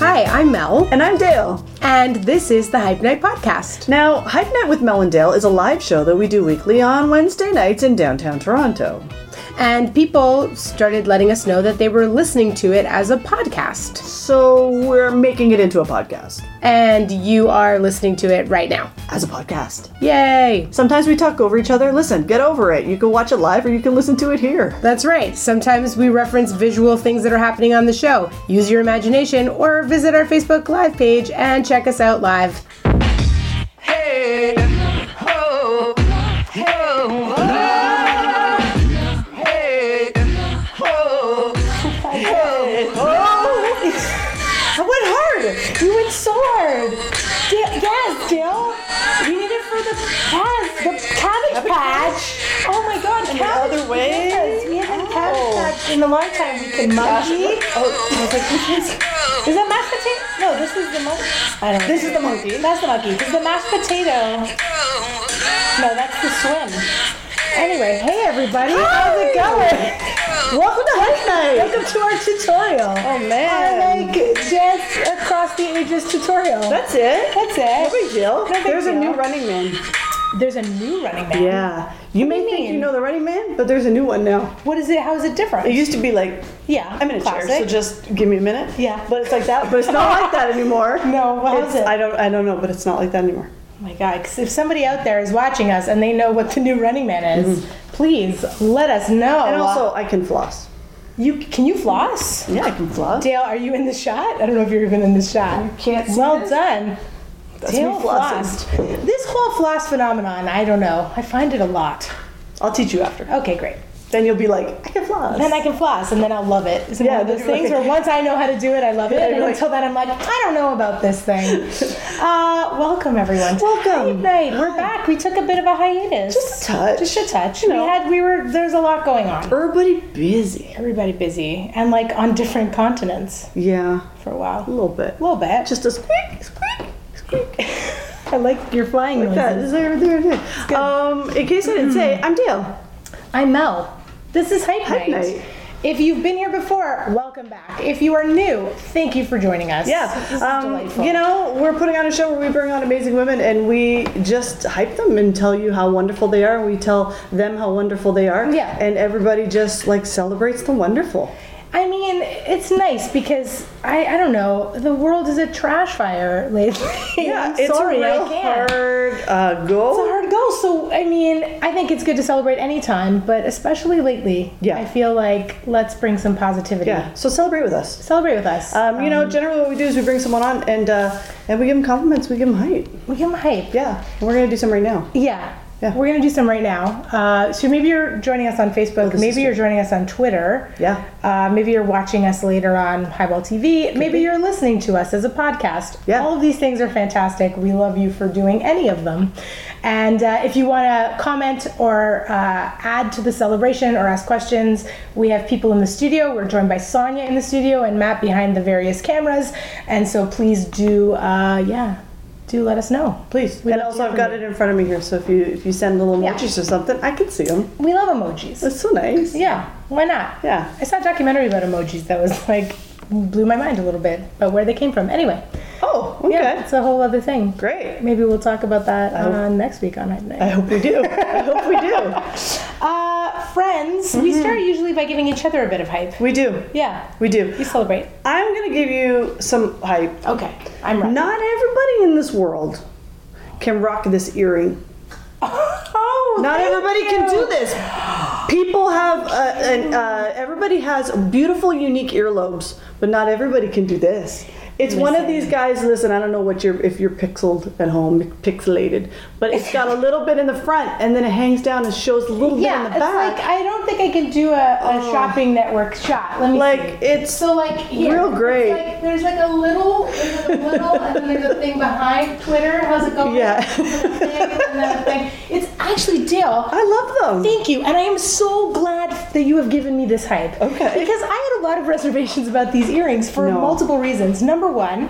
Hi, I'm Mel, And I'm Dale. and this is the Hype Night Podcast. Now, Hype Night with Mel and Dale is a live show that we do weekly on Wednesday nights in downtown Toronto. And people started letting us know that they were listening to it as a podcast. So we're making it into a podcast. And you are listening to it right now. As a podcast. Yay! Sometimes we talk over each other. Listen, get over it. You can watch it live or you can listen to it here. That's right. Sometimes we reference visual things that are happening on the show. Use your imagination or visit our Facebook Live page and check us out live. I went hard. You went so hard. Da- yes, Dale. We did it for the past, the cabbage patch. Oh my God, cabbage. other way? Yes, we haven't cabbage patch in a long time. We can monkey. Oh, I was like, which is? Is that mashed potato? No, this is the monkey. I don't. This is the monkey. That's the monkey. This is the mashed potato. No, that's the swim. Anyway, hey everybody, how's it going? Welcome to Hype Night! Welcome to our tutorial. Oh I like just across the ages tutorial. That's it? That's No it. big deal. big There's a deal. new Running Man. There's a new Running Man. Yeah. You may you think mean? you know the Running Man, but there's a new one now. What is it? How is it It different? used to be like, Yeah, I'm in a classic. chair, so just give me a minute. Yeah. But it's like that, but it's not like that anymore. No, what It's, was it? I don't I don't know, but it's not like that anymore. oh my God! 'cause if somebody out there is watching us and they know what the new Running Man is, please let us know. Mm-hmm. And also, I can floss. you can you floss? Yeah, I can floss. Dale, are you in the shot? I don't know if you're even in the shot. You can't see Well this. done. That's Dale me flossing. flossed. This whole floss phenomenon, I don't know. I find it a lot. I'll teach you after. Okay, great. Then you'll be like, I can floss. Then I can floss, and then I'll love it. Isn't Yeah, one of those that'd be things right. where once I know how to do it, I love it, Yeah, and you're like- until then, I'm like, I don't know about this thing. uh, welcome everyone. to Welcome. Hype Night. We're back. We took a bit of a hiatus. Just a touch. Just a touch. You We know. had. We were. There's a lot going on. Everybody busy. Everybody busy, and like on different continents Yeah, for a a while. little bit. A little bit. Just a squeak, squeak, squeak. I like your flying Like that. Is noises. there, there, there. Um, in case I didn't Mm-hmm. say, I'm Dale. I'm Mel. This is Hype, Hype Night. Night. If you've been here before, welcome back. If you are new, thank you for joining us. This is Yeah. delightful. Um, you know, we're putting on a show where we bring on amazing women and we just hype them and tell you how wonderful they are. We tell them how wonderful they are. Yeah. And everybody just like celebrates the wonderful. I mean, it's nice because I, I don't know, the world is a trash fire lately. I'm it's sorry, a real I can't. hard uh, goal. It's a hard goal. So, I mean, I think it's good to celebrate any time, but especially lately, Yeah. I feel like let's bring some positivity. Yeah. So celebrate with us. Celebrate with us. Um, you know, generally what we do is we bring someone on and uh, and we give them compliments, we give them hype. we give 'em hype. Yeah, and we're gonna do some right now. Yeah. Yeah. We're going to do some right now. Uh, so maybe you're joining us on Facebook. Oh, this is Maybe you're joining us on Twitter. Yeah. Uh, maybe you're watching us later on Highball TV. Maybe you're listening to us as a podcast. Yeah. All of these things are fantastic. We love you for doing any of them. And uh, if you want to comment or uh, add to the celebration or ask questions, we have people in the studio. We're joined by Sonia in the studio and Matt behind the various cameras. And so please do, uh, yeah, do let us know. Please. We'd and love also, to hear I've from got you. it in front of me here, so if you if you send little Yeah. emojis or something, I can see them. We love emojis. That's so nice. Yeah, why not? Yeah. I saw a documentary about emojis that was like blew my mind a little bit about where they came from. Anyway, Oh, okay. yeah, it's a whole other thing. Great. Maybe we'll talk about that hope- uh, next week on Hype I Night. hope we do. I hope we do. Uh, friends, we start usually by giving each other a bit of hype. We do. Yeah, We do. we celebrate. I'm gonna give you some hype. Okay, I'm right. Not everybody in this world can rock this earring. oh, Not thank everybody can you. do this. People have, uh, an, uh, everybody has beautiful, unique earlobes, but not everybody can do this. It's one of these guys. Listen, I don't know what you're if you're pixeled at home, pixelated, but it's got a little bit in the front, and then it hangs down and shows a little bit Yeah, in it's the back. like I don't think I can do a, a shopping network shot. Let me Like, see. it's so Oh. like here, real it's great. like, there's like a little, there's like a little, and then there's a thing behind Twitter. How's it going? Yeah. And then a thing, and then a thing. It's actually Dale. I love them. Thank you, and I am so glad that you have given me this hype. Okay. Because I had a lot of reservations about these earrings for No. multiple reasons. Number one.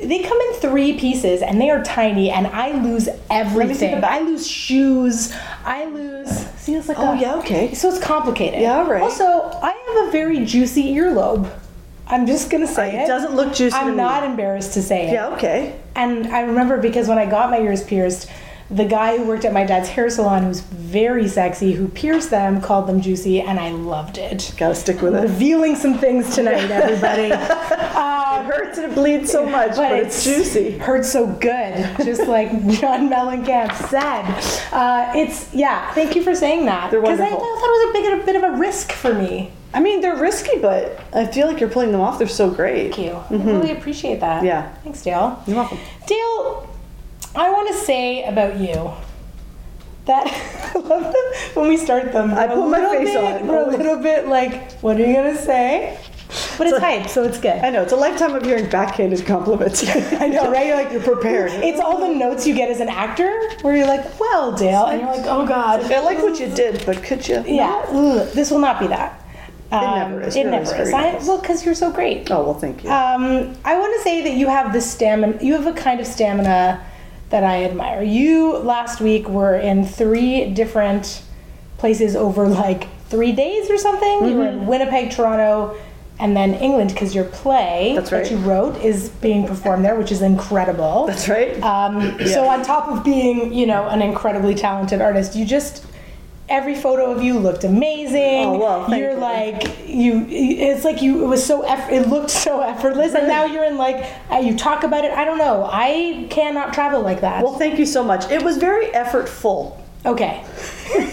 They come in three pieces and they are tiny, and I lose everything. back. I lose shoes. I lose. See, it's like Oh a- yeah, okay. so it's complicated. Yeah, right. Also, I have a very juicy earlobe. I'm just gonna It say it. doesn't look juicy to I'm me. not embarrassed to say it. Yeah, okay. And I remember because when I got my ears pierced, the guy who worked at my dad's hair salon, who's very sexy, who pierced them, called them juicy, and I loved it. Gotta stick with it. Revealing some things tonight, everybody. It hurts and it bleeds so much, but, it's, juicy. Hurts so good, just like John Mellencamp said. Uh, it's yeah. Thank you for saying that They're because I, wonderful. thought it was a big, a bit of a risk for me. I mean, they're risky, but I feel like you're pulling them off. They're so great. Thank you. I really appreciate that. Mm-hmm. Yeah. Thanks, Dale. You're welcome. Dale, I want to say about you that I love that when we start them. I we're a put my little face bit- on, We're always. a little bit like, what are you gonna say? But it's hype, so it's good. I know, it's a lifetime of hearing backhanded compliments. I know, right? You're Like you're prepared. It's all the notes you get as an actor where you're like, well, Dale, and you're like, oh god. I like what you did, but could you? Yeah, ugh, this will not be that. Um, never is. It You're always never is. very I, nice. well, because you're so great. Oh, well, thank you. Um, I want to say that you have the stamina. You have a kind of stamina that I admire. You last week were in three different places over like three days or something. You were Mm-hmm. in Winnipeg, Toronto, and then England because your play That's right. that you wrote is being performed there, which is incredible. That's right. Um, So on top of being, you know, an incredibly talented artist, you just every photo of you looked amazing. Oh, well, thank you're you. like you. It's like you. It was so. Eff- it looked so effortless, and now you're in like uh, you talk about it. I don't know. I cannot travel like that. well, thank you so much. It was very effortful. okay.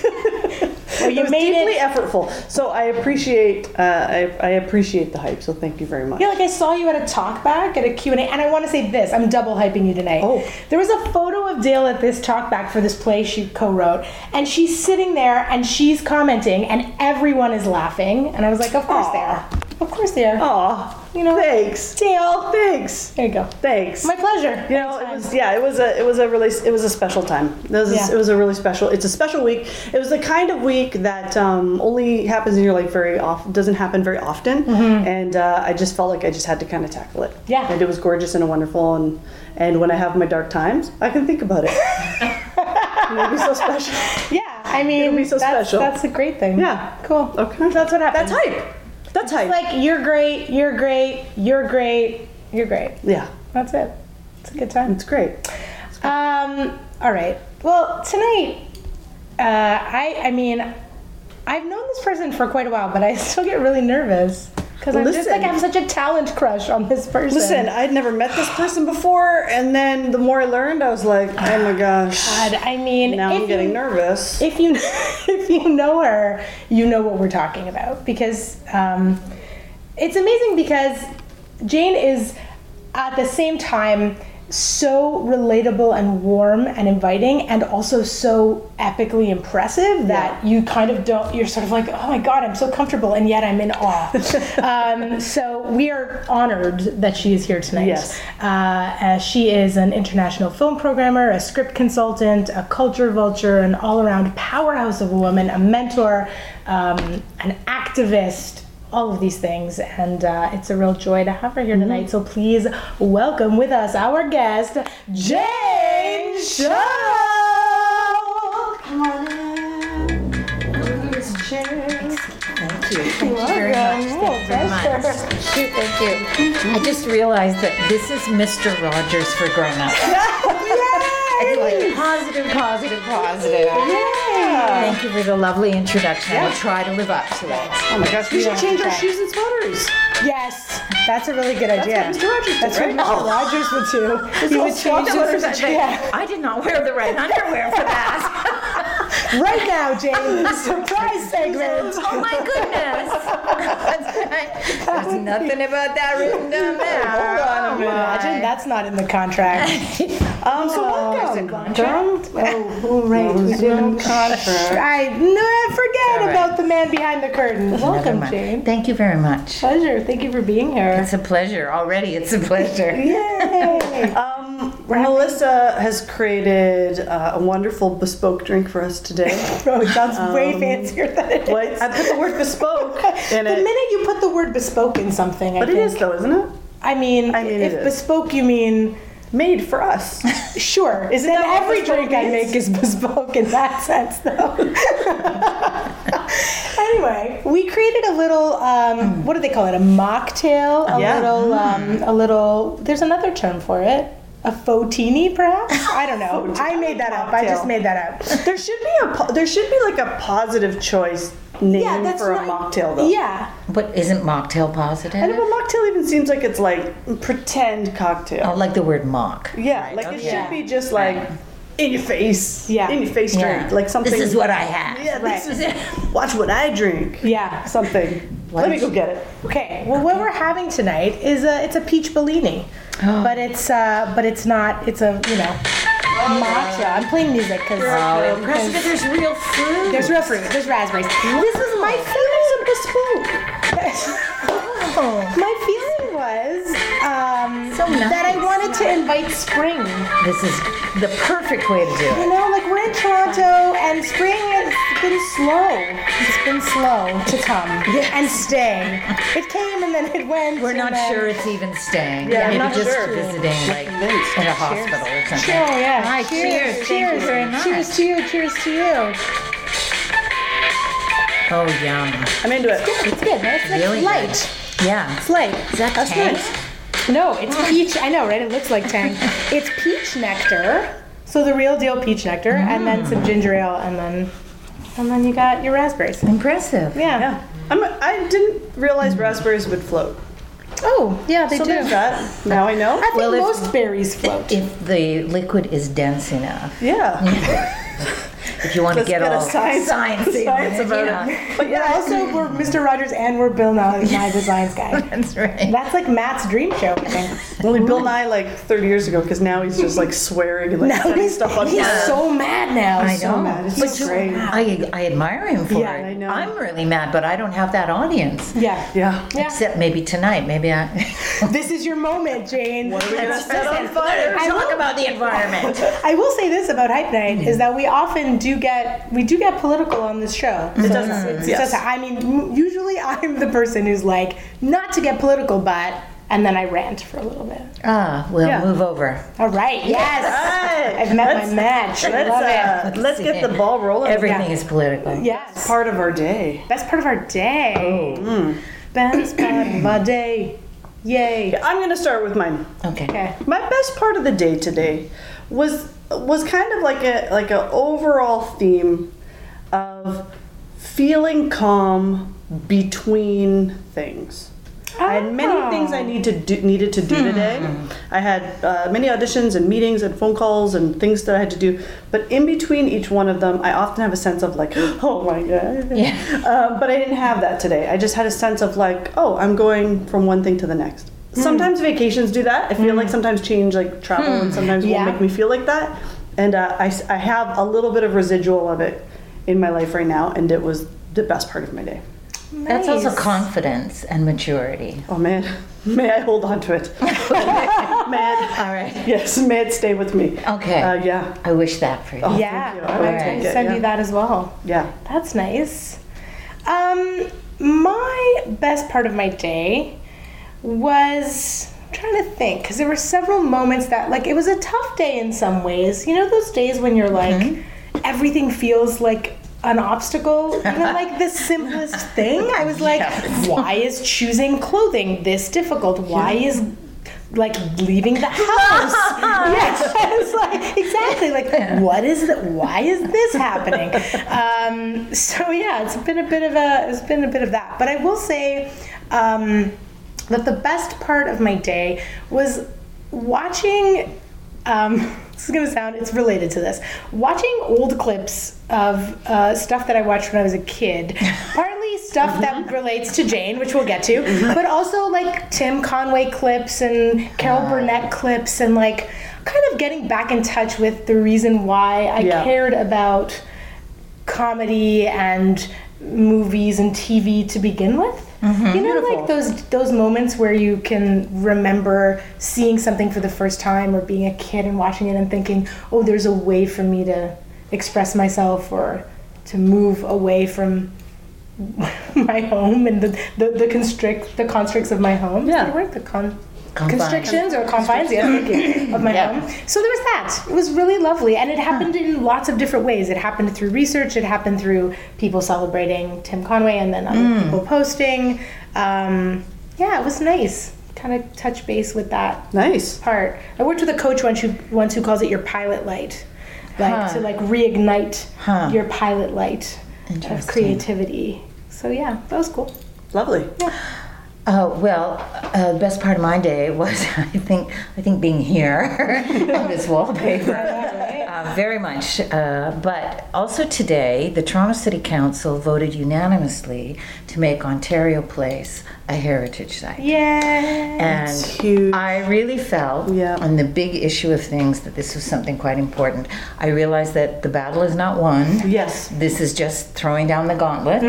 well, you it was made deeply it. effortful. So I appreciate uh, I, I appreciate the hype. So thank you very much. Yeah, like I saw you at a talk back at a Q&A, and I want to say this, I'm double hyping you tonight. Oh. There was a photo of Dale at this talk back for this play she co-wrote, and she's sitting there and she's commenting and everyone is laughing, and I was like, of course they Aw. Oh, are. Of course they are. Aw, You know- Thanks. Dale. Thanks. There you go. Thanks. My pleasure. you know, it was, yeah, it was a it was a really it was a special time. It was a, Yeah. it was a really special. It's a special week. It was the kind of week that um, only happens in your life very often. Doesn't happen very often. And uh, I just felt like I just had to kind of tackle it. Mm-hmm. Yeah. And it was gorgeous and wonderful. And and when I have my dark times, I can think about it. Maybe so special. yeah, I mean, It'll be so that's, special. that's a great thing. Yeah. Cool. Okay. That's what That's happens. hype. That's hype. It's like, you're great, you're great, you're great, you're great. yeah. That's it. It's a good time. It's great. Um. All right. Well, tonight, uh, I I mean, I've known this person for quite a while, but I still get really nervous because I'm just Listen. like I have such a talent crush on this person. Listen, I'd never met this person before, and then the more I learned, I was like, oh my gosh. God, I mean, Now if I'm getting you, nervous. If you if you know her, you know what we're talking about because um, it's amazing because Jane is at the same time so relatable and warm and inviting and also so epically impressive that you kind of don't you're sort of like oh my god i'm so comfortable and yet i'm in awe um, so we are honored that she is here tonight Yes. uh, as she is an international film programmer, a script consultant, a culture vulture, an all around powerhouse of a woman, a mentor, um, an activist, all of these things. And uh, it's a real joy to have her here tonight. So please welcome with us our guest, Jane Show! Come on in. Here's Jane. Thank you. I just realized that this is Mr. Rogers for grown-ups. It's like positive, positive, positive. Thank you for the lovely introduction. I will try to live up to it. Oh my gosh, we should change our shoes and sweaters. Yes, that's a really good idea. Mr. Rogers did, That's right? what Mr. Rogers would do. he would change That was- the yeah. I did not wear the right underwear for that. right now, Jane. Surprise segment. Oh my goodness. That's right. There's nothing about that written down there. on a minute. Imagine that's not in the contract. Um, so welcome. Contract? Oh, right. We didn't contract. I no, forget All right. about the man behind the curtain. Never Welcome, mind. Jane. Thank you very much. Pleasure. Thank you for being here. It's a pleasure. Already, it's a pleasure. Yay! Um, Melissa has created uh, a wonderful bespoke drink for us today. Bro, it sounds Um, way fancier than it is. What? I put the word bespoke in The it. minute you put the word bespoke in something, I But it think. is though, isn't it? I mean, I mean, it if is. bespoke you mean Made for us. Sure. Isn't then that what every bespoke drink I means? make is bespoke in that sense, though. and anyway, we created a little. Um, what do they call it? A mocktail. A Yeah. Mm. little. Um, a little. There's another term for it. A fotini, perhaps. I don't know. I made that up. I just Mocktail. made that up. There should be a po- there should be like a positive choice name Yeah, that's for a not- mocktail though. Yeah. But isn't mocktail positive? And if a mocktail even seems like it's like pretend cocktail. Oh, like the word mock. yeah, Right, like it okay. should be just like in your face. Yeah. In your face Yeah. drink. Like something This is what I have. Yeah, this Right. is Watch what I drink. Yeah. Something. Let me go get it. Okay. Well, what we're having tonight is a it's a peach Bellini, Oh. but it's uh but it's not it's a you know matcha. I'm playing music because Oh, impressive. that There's real fruit. there's real fruit, there's raspberries. This was my feeling. Oh, My feeling was um, So nice. that I wanted to invite spring. this is the perfect way to do it. You know, like we're in Toronto and spring has been slow. It's been slow to come and stay. It came and then it went. and We're not then- sure it's even staying. Yeah, I'm Maybe not just sure. visiting, like in a hospital or something. Sure, yeah. Hi, cheers. Thank cheers, you very much. Cheers to you, cheers to you. Oh, yum. I'm into it. It's good, right? It's like Really light. Yeah. It's light. Is that That's tank? nice. No, it's peach. I know, right? It looks like tang. it's peach nectar. So the real deal peach nectar, and then Mm. some ginger ale, and then and then you got your raspberries. Impressive. Yeah. Yeah. I'm, I didn't realize raspberries would float. Oh, yeah, they So do. there's that. Now I know. I think Well, if- most berries float. If the liquid is dense enough, Yeah. if you want Let's to get, get a all science- sciencey science with about yeah. But yeah, yeah, also we're Mr. Rogers and we're Bill Nye, my designs guy. That's right. That's like Matt's dream show, I think. only Bill Nye like 30 years ago because now he's just like swearing and like Now sending he's, stuff on he's so mad now. I know. So mad. It's But just you- great. I, I admire him for Yeah, it. I know. I'm really mad, but I don't have that audience. Yeah. Yeah. Yeah. Except maybe tonight. Maybe I. This is your moment, Jane. set on fire. I Talk will, about the environment. I will say this about Hype Night Mm-hmm. is that we often do get we do get political on this show. It Mm-hmm. doesn't. It Yes. doesn't. I mean, m- usually I'm the person who's like not to get political, but and then I rant for a little bit. Ah, we'll Yeah. move over. All right. Yes. Oh. Hey, I've met let's- my match. I Let's, love it. uh, let's get the ball rolling. Everything Yeah. is political. Yes. part of our day. Best part of our day. Oh. Mm. Best part of our day. Yay. I'm gonna start with mine. Okay. Okay. My best part of the day today was was kind of like a like an overall theme of feeling calm between things. I had many things I need to do, needed to do today. I had uh, many auditions and meetings and phone calls and things that I had to do. But in between each one of them, I often have a sense of like, oh my god. Yeah. Um, but I didn't have that today. I just had a sense of like, oh, I'm going from one thing to the next. Sometimes Hmm. vacations do that. I feel like sometimes change, like travel, and sometimes Yeah. will make me feel like that. And uh, I, s- I have a little bit of residual of it in my life right now, and it was the best part of my day. That's also Nice. confidence and maturity. Oh man, may I hold on to it? man, All right. yes, may it stay with me. Okay. Uh, yeah, I wish that for you. Oh. Yeah. Thank you. I I'm like going to it, send yeah. you that as well. yeah. That's nice. Um, my best part of my day was I'm trying to think because there were several moments that like it was a tough day in some ways. You know those days when you're like everything feels like an obstacle, even like the simplest thing. I was like, why is choosing clothing this difficult? Why is like leaving the house. yes, I was like exactly like what is that? Why is this happening? Um, so yeah, it's been a bit of a it's been a bit of that. But I will say um, that the best part of my day was watching. Um, this is gonna sound it's related to this. Watching old clips of uh, stuff that I watched when I was a kid. Partly stuff that relates to Jane, which we'll get to, but also like Tim Conway clips and Carol Burnett clips, and like kind of getting back in touch with the reason why I Yeah. cared about comedy and movies and TV to begin with. You know, like those those moments where you can remember seeing something for the first time or being a kid and watching it and thinking, "Oh, there's a way for me to express myself or to move away from my home and the, the, the constrict the constricts of my home. Is Yeah. that a word? The con Confines. constrictions or confines yes, thank you, of my Yeah. home. So there was that. It was really lovely, and it happened in lots of different ways. It happened through research. It happened through people celebrating Tim Conway, and then other Mm. people posting. Um, yeah, it was nice. Kind of touch base with that Nice. part. I worked with a coach once who once who calls it your pilot light, like Huh. to like reignite Huh. your pilot light of Interesting. creativity. So yeah, that was cool. Lovely. Oh well, uh, the best part of my day was I think I think being here on this wallpaper, uh, very much. Uh, but also today, the Toronto City Council voted unanimously to make Ontario Place a heritage site. Yay! And huge. I really felt Yeah. on the big issue of things that this was something quite important. I realized that the battle is not won. Yes. This is just throwing down the gauntlet,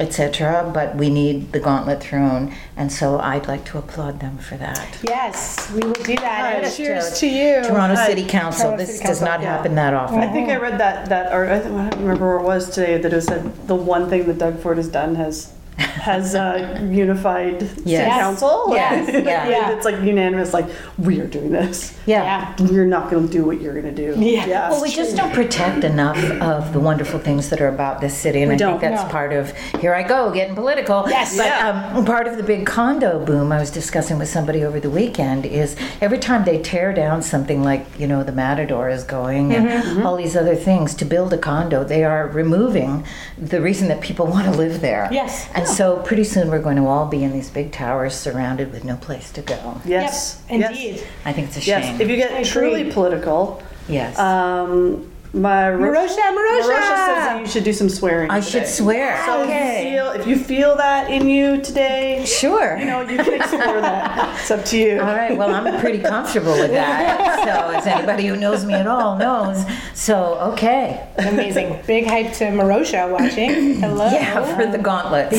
etc. But we need the gauntlet thrown, and so I'd like to applaud them for that. Yes, we will do that. Yes, cheers to Joe. you. Toronto City Council. Toronto this City does Council, not yeah. happen that often. I think I read that that or I, think, I don't remember where it was today that it said the one thing that Doug Ford has done has has uh, unified Yes. city council. Yes, Like, yeah. Yeah. It's like unanimous. Like we are doing this. Yeah. Yeah. You're not going to do what you're going to do. Yeah. Well, we just don't protect enough of the wonderful things that are about this city, and I don't, think that's no. part of here I go getting political. Yes. but Yeah. um, part of the big condo boom I was discussing with somebody over the weekend is every time they tear down something like you know the Matador is going Mm-hmm. and all these other things to build a condo, they are removing the reason that people want to live there. Yes. and so pretty soon we're going to all be in these big towers surrounded with no place to go. Yes. Yep, Yes. indeed. I think it's a shame. Yes. If you get I truly agree. political, yes. um, my Marosha, Marosha! Marosha says that you should do some swearing. I today. should swear. So if, you feel, if you feel that in you today, Sure. you know you can explore that. It's up to you. All right. Well, I'm pretty comfortable with that. So, as anybody who knows me at all knows. So, okay. Amazing. Big hype to Marosha watching. Hello. Yeah, for the gauntlets.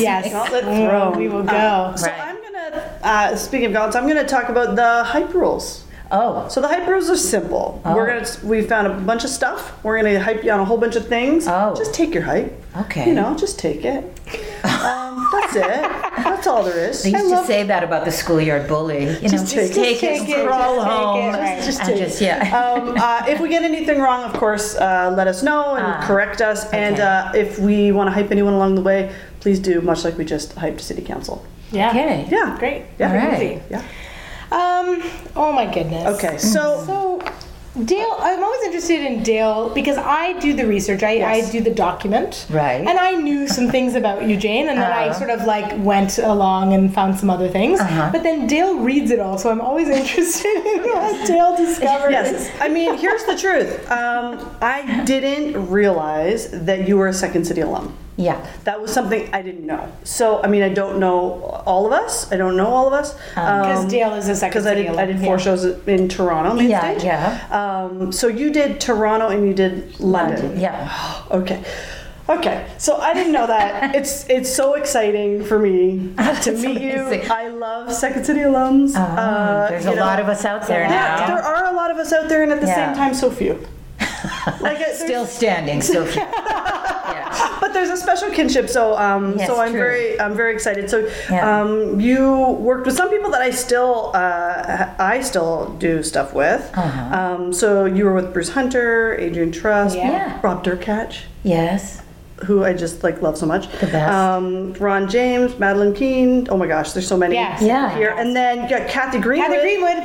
Yes. Gauntlet Mm, thrown. We will go. Um, so Right. I'm gonna. Uh, speaking of gauntlets, I'm gonna talk about the hype rules. Oh. So the hype rules are simple. We're gonna. We found a bunch of stuff. We're gonna hype you on a whole bunch of things. Oh. Just take your hype. Okay. You know, just take it. um, that's it. That's all there is. They I used to love- say that about the schoolyard bully. You know, just, take it. take, it, Just take it, crawl just take home, it, right. Just and take just it. yeah. um, uh, if we get anything wrong, of course, uh, let us know and Ah, correct us. And okay. uh, if we want to hype anyone along the way, please do, much like we just hyped City Council. Yeah. Okay. Yeah. Great. Yeah. All right. Yeah. Um. Oh my goodness. Okay. Mm. So, So, Dale, I'm always interested in Dale because I do the research. I, I Yes. do the document. Right. And I knew some things about you, Jane, and then I Uh-huh. sort of like went along and found some other things. Uh-huh. But then Dale reads it all, so I'm always interested in what Dale discovers. yes. I mean, here's the truth. Um, I didn't realize that you were a Second City alum. Yeah. That was something I didn't know. So, I mean, I don't know all of us. I don't know all of us. Um, Because Dale is a second because I city did I did alum, four yeah. shows in Toronto main E Yeah, stage. yeah. Um, so you did Toronto and you did London. London, yeah. Okay. Okay. So I didn't know that. it's it's so exciting for me to meet amazing. you. I love Second City alums. Oh, there's a uh, you know, lot of us out there Yeah, now. there are a lot of us out there, and at the Yeah. same time, so few. Like, uh, it- Still standing, Sophie. yeah. but there's a special kinship, so um, Yes, so I'm true. very I'm very excited. So Yeah. um, you worked with some people that I still uh, I still do stuff with. Uh-huh. Um, so you were with Bruce Hunter, Adrian Trust, Yeah. Yeah. Rob Durkach, Yes. who I just like love so much. The best. Um, Ron James, Madeline Keane. Oh my gosh, there's so many Yes. Yeah. here. And then you got Kathy Greenwood, Kathy Greenwood,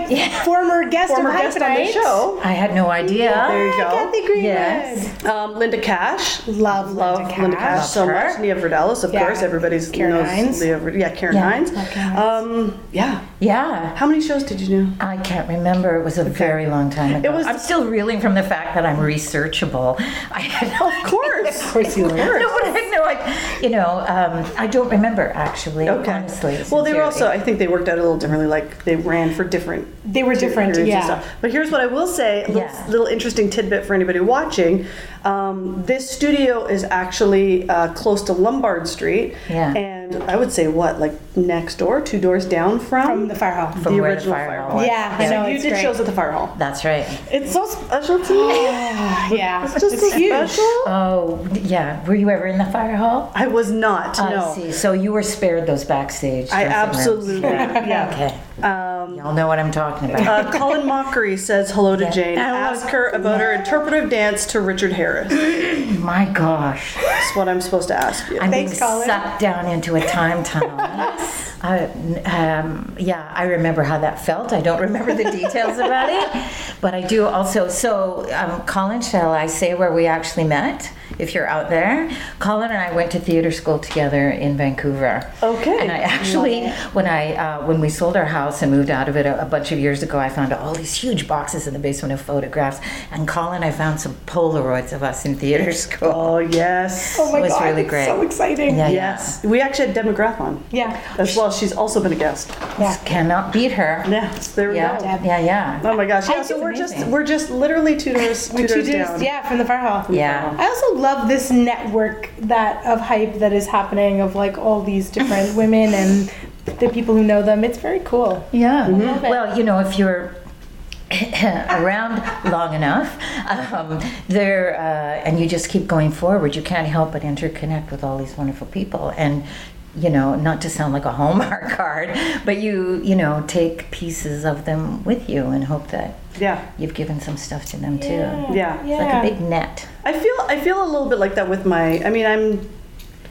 former guest former of Hype guest on the Night. show. I had no idea. There you go. Kathy Greenwood. Yes. Um, Linda Cash. Love Love Linda Linda Cash. Cash, Love so her. much. Nia Vardalos, of Yeah. course. Everybody's Karen knows Hines. Leah Vard- yeah, Karen Yeah, Hines. love Karen Um, yeah. Yeah. How many shows did you do? I can't remember. It was a very long time ago. It was- I'm still reeling from the fact that I'm researchable. I had no Of course. idea. Of course you are. No, but I had no idea. You know, um, I don't remember actually. Okay. Honestly. well, they were sincerely. also. I think they worked out a little differently. Like they ran for different. They were different, periods and yeah. stuff. But here's what I will say. A little, Yeah. little interesting tidbit for anybody watching. Um, this studio is actually uh, close to Lombard Street. Yeah. And I would say what, like next door, two doors down from, From the fire hall. From the where original the fire, fire was. Yeah, I know. you it's did great. shows at the fire hall. That's right. It's so special to me. Yeah, it's, just so huge. special. Oh, yeah. Were you ever in the fire hall? I was not. I no. see. So you were spared those backstage. I dressing rooms. absolutely. yeah. Okay. Um, Y'all know what I'm talking about. uh, Colin Mockery says hello to Jane. I love- Ask her about her interpretive dance to Richard Harris. My gosh. That's what I'm supposed to ask you. I'm Thanks, being Colin. sucked down into a time tunnel. I, um, yeah, I remember how that felt. I don't remember the details about it, but I do also. So, um, Colin, shall I say where we actually met? If you're out there, Colin and I went to theater school together in Vancouver. Okay. And I actually, when I uh, when we sold our house and moved out of it a, a bunch of years ago, I found all these huge boxes in the basement of photographs. And Colin, I found some Polaroids of us in theater school. Oh yes. Oh my It was god, really it's great. so exciting. Yeah, yeah. Yes. We actually had Deb McGrath on Yeah. as well. She's also been a guest. Yeah. Cannot beat her. Yes, there we Yeah, go. Deb. yeah, yeah. Oh my gosh. Yeah, think so it's we're just amazing. we're just literally two doors two Two doors dudes, down. yeah, from the fire hall. Yeah. I also love this network that of hype that is happening of like all these different women and the people who know them. It's very cool. Yeah. it. Mm-hmm. Well, you know, if you're around long enough, um, there, uh, and you just keep going forward, you can't help but interconnect with all these wonderful people. And, you know, not to sound like a Hallmark card, but you, you know, take pieces of them with you and hope that Yeah. you've given some stuff to them too. Yeah. Yeah. It's like a big net. I feel I feel a little bit like that with my I mean I'm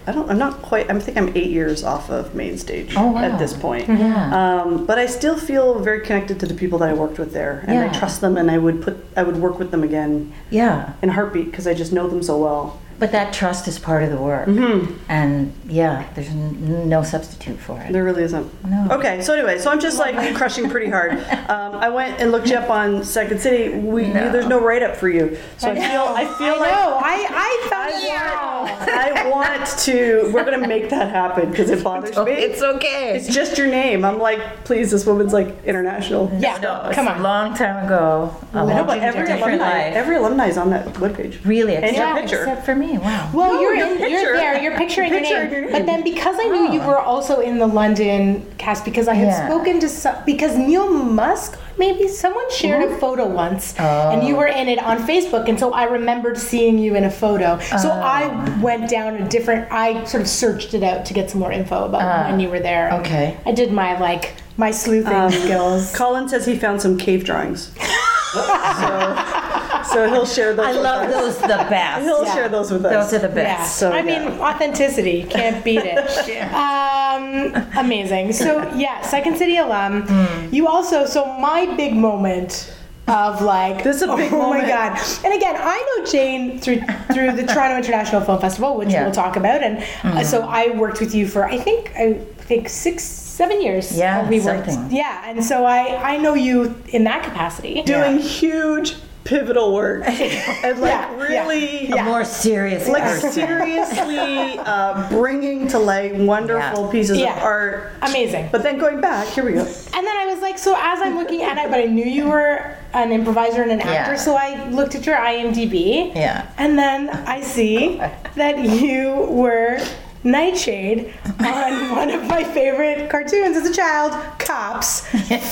I don't I'm not quite I think I'm eight years off of main stage Oh, wow. at this point. Yeah. Um, but I still feel very connected to the people that I worked with there, and Yeah. I trust them, and I would put I would work with them again Yeah. in a heartbeat because I just know them so well. But that trust is part of the work. And yeah, there's n- no substitute for it. There really isn't. No. Okay, so anyway, so I'm just like crushing pretty hard. Um, I went and looked you up on Second City. We No. there's no write up for you, so I feel I feel like. No, I I found I want to. We're gonna make that happen because it bothers me. It's okay. It's just your name. I'm like, please, this woman's like international. Yeah, No, come it's on. A long time ago. A I know, long but every different alumni, life. every alumni is on that webpage. really, and except, your picture. except for me. Wow. Well, No, you're your in, picture. you're there. You're picturing your Picture name. of your name. Ah. But then because I knew you were also in the London cast, because I had Yeah. spoken to some, because Neil Musk maybe someone shared a photo once, and Oh. you were in it on Facebook, and so I remembered seeing you in a photo. So Ah. I went down a different. I sort of searched it out to get some more info about Ah. when you were there. and okay. I did my like my sleuthing Um, skills. Colin says he found some cave drawings. so, so he'll share those. I with love us. those the best. He'll share those with us. Those are the Yeah. best. So, I yeah. mean, authenticity can't beat it. Um, amazing. So yeah, Second City alum. Hmm. You also so my big moment of like This is a big oh moment. my god. And again, I know Jane through through the Toronto International Film Festival, which Yeah. we'll talk about, and uh, Hmm. so I worked with you for I think I think six seven years. Yeah, uh, we worked. something. Yeah, and so I I know you in that capacity. doing huge pivotal work and like Yeah, yeah, really A more serious like person. seriously uh, bringing to light wonderful Yeah. pieces Yeah. of art. Amazing. But then going back, here we go. And then I was like, so as I'm looking at it, but I knew you were an improviser and an actor, Yeah. so I looked at your IMDb. Yeah. And then I see that you were Nightshade on one of my favorite cartoons as a child, Cops,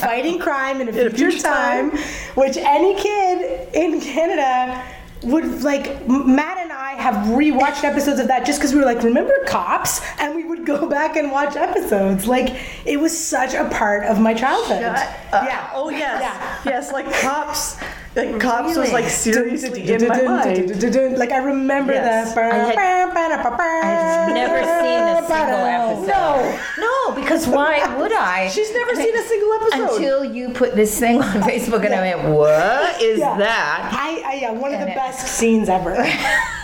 fighting crime in a future time, which any kid in Canada would like. M- Matt and I have rewatched episodes of that just because we were like, remember Cops? And we would go back and watch episodes. Like, it was such a part of my childhood. yeah. Oh yes. Yes, like cops. Like cops was like seriously in my mind. Like I remember Yes. that. had- I've I've never seen a single episode. No. No, because why would I? She's never seen a single episode. Until you put this thing on Facebook, and I went, "What is Yeah. that?" I, I yeah, one of the And it- best scenes ever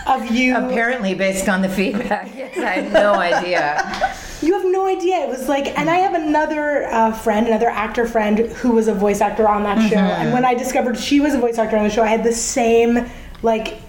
of you. Apparently, based on the feedback, yes, I had no idea. You have no idea. It was like, and I have another uh, friend, another actor friend who was a voice actor on that show. Mm-hmm. And when I discovered she was a voice actor on the show, I had the same like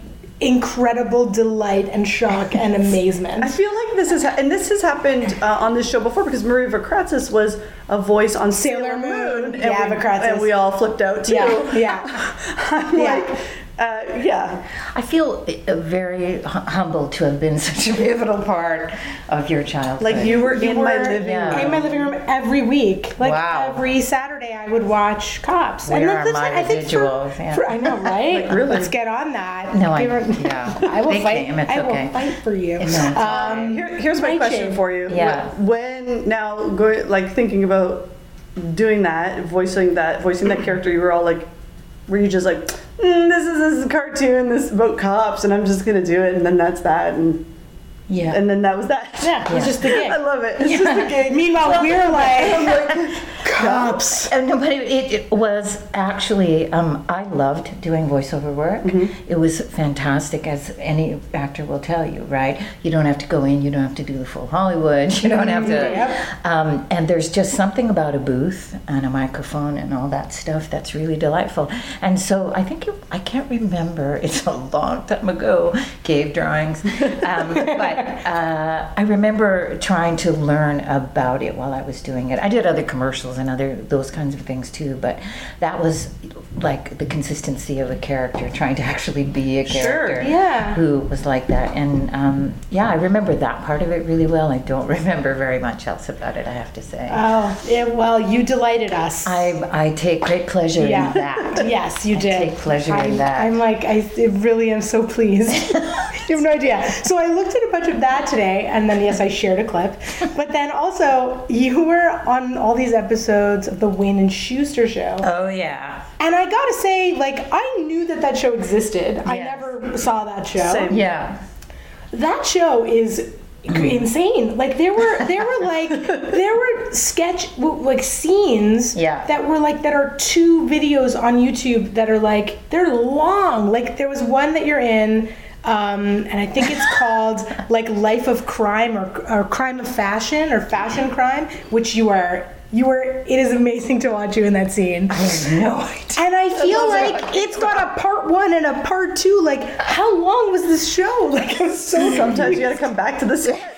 incredible delight and shock and amazement. I feel like this is, and this has happened uh, on this show before because Maria Vakratzis was a voice on Sailor, Sailor Moon. Moon. Yeah, we, Vakratsis. and we all flipped out too. Yeah, yeah. I'm Yeah. like, uh, yeah. I feel uh, very hu- humbled to have been such a pivotal part of your childhood. Like you were in my were living Yeah. room. in my living room every week. Like Wow. every Saturday, I would watch Cops. Where that's are the time- my I think for- residuals? Yeah. for- I know, right? really? Let's get on that. No, I- They were- yeah. I will They fight. came, it's I will okay. fight for you. Um, No, it's all right. Here, here's my Nightshade. question for you. Yeah. When, when now, go, like thinking about doing that, voicing that, voicing that character, you were all like, were you just like, mm, this is this is a cartoon, this about cops, and I'm just gonna do it, and then that's that, and Yeah. and then that was that. Yeah, it's just the gig. I love it. It's just a gig. Meanwhile, we're like, cops. And no, but it, it, it was actually, um, I loved doing voiceover work. It was fantastic, as any actor will tell you, right? You don't have to go in, you don't have to do the full Hollywood, you don't have to. Um, and there's just something about a booth and a microphone and all that stuff that's really delightful. And so I think you, I can't remember, it's a long time ago, cave drawings. Um, but uh, I remember trying to learn about it while I was doing it. I did other commercials and other those kinds of things too, but that was like the consistency of a character, trying to actually be a character yeah. who was like that. And um, yeah, I remember that part of it really well. I don't remember very much else about it, I have to say. oh, yeah, well, you delighted us. I, I take great pleasure Yeah. in that. Yes, you I did. take pleasure in I'm- that. I'm like, I I really am so pleased. you have no idea. So I looked at a bunch of that today, and then yes, I shared a clip. But then also, you were on all these episodes of the Win and Schuster show, Oh, yeah. and I gotta say, like, I knew that that show existed. I Yes. never saw that show. Same. Yeah. That show is insane like there were there were like there were sketch like scenes Yeah. that were like that are two videos on youtube that are like they're long like there was one that you're in um, and I think it's called like Life of Crime or, or Crime of Fashion or Fashion Crime, which you are you are. It is amazing to watch you in that scene. No idea. And I feel like it's got a part one and a part two. Like, how long was this show? Like, I'm so Sometimes you gotta come back to the set.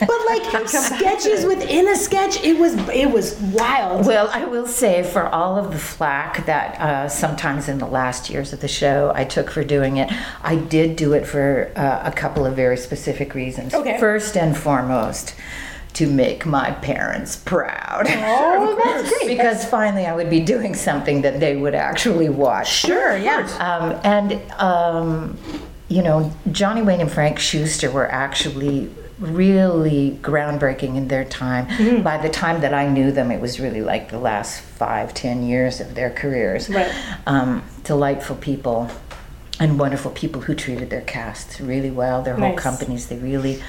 But like sketches within a sketch, it was it was wild. Well, I will say for all of the flack that uh, sometimes in the last years of the show I took for doing it, I did do it for uh, a couple of very specific reasons. Okay. First and foremost, to make my parents proud. Oh, that's great. because finally I would be doing something that they would actually watch. Sure, yeah. Um, and, um, you know, Johnny Wayne and Frank Schuster were actually really groundbreaking in their time. Mm-hmm. By the time that I knew them, it was really like the last five, ten years of their careers. Right. Um, delightful people and wonderful people who treated their casts really well, their whole Nice. companies. They really,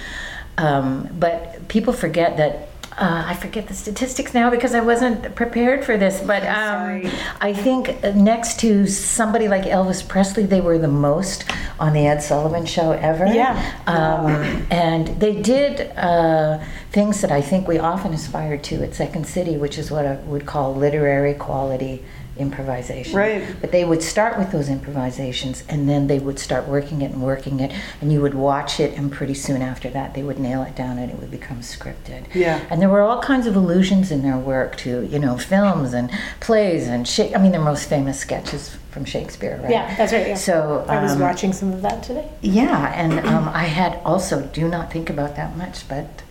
um, but people forget that. Uh, I forget the statistics now because I wasn't prepared for this, but um, I think next to somebody like Elvis Presley, they were the most on the Ed Sullivan Show ever. Yeah. Um, and they did uh, things that I think we often aspire to at Second City, which is what I would call literary quality improvisation. Right. But they would start with those improvisations and then they would start working it and working it, and you would watch it, and pretty soon after that, they would nail it down and it would become scripted. Yeah. And there were all kinds of illusions in their work, too, you know, films and plays and shake. I mean, their most famous sketches from Shakespeare, right? Yeah, that's right, yeah. So I was um, watching some of that today. yeah, and um, I had also do not think about that much, but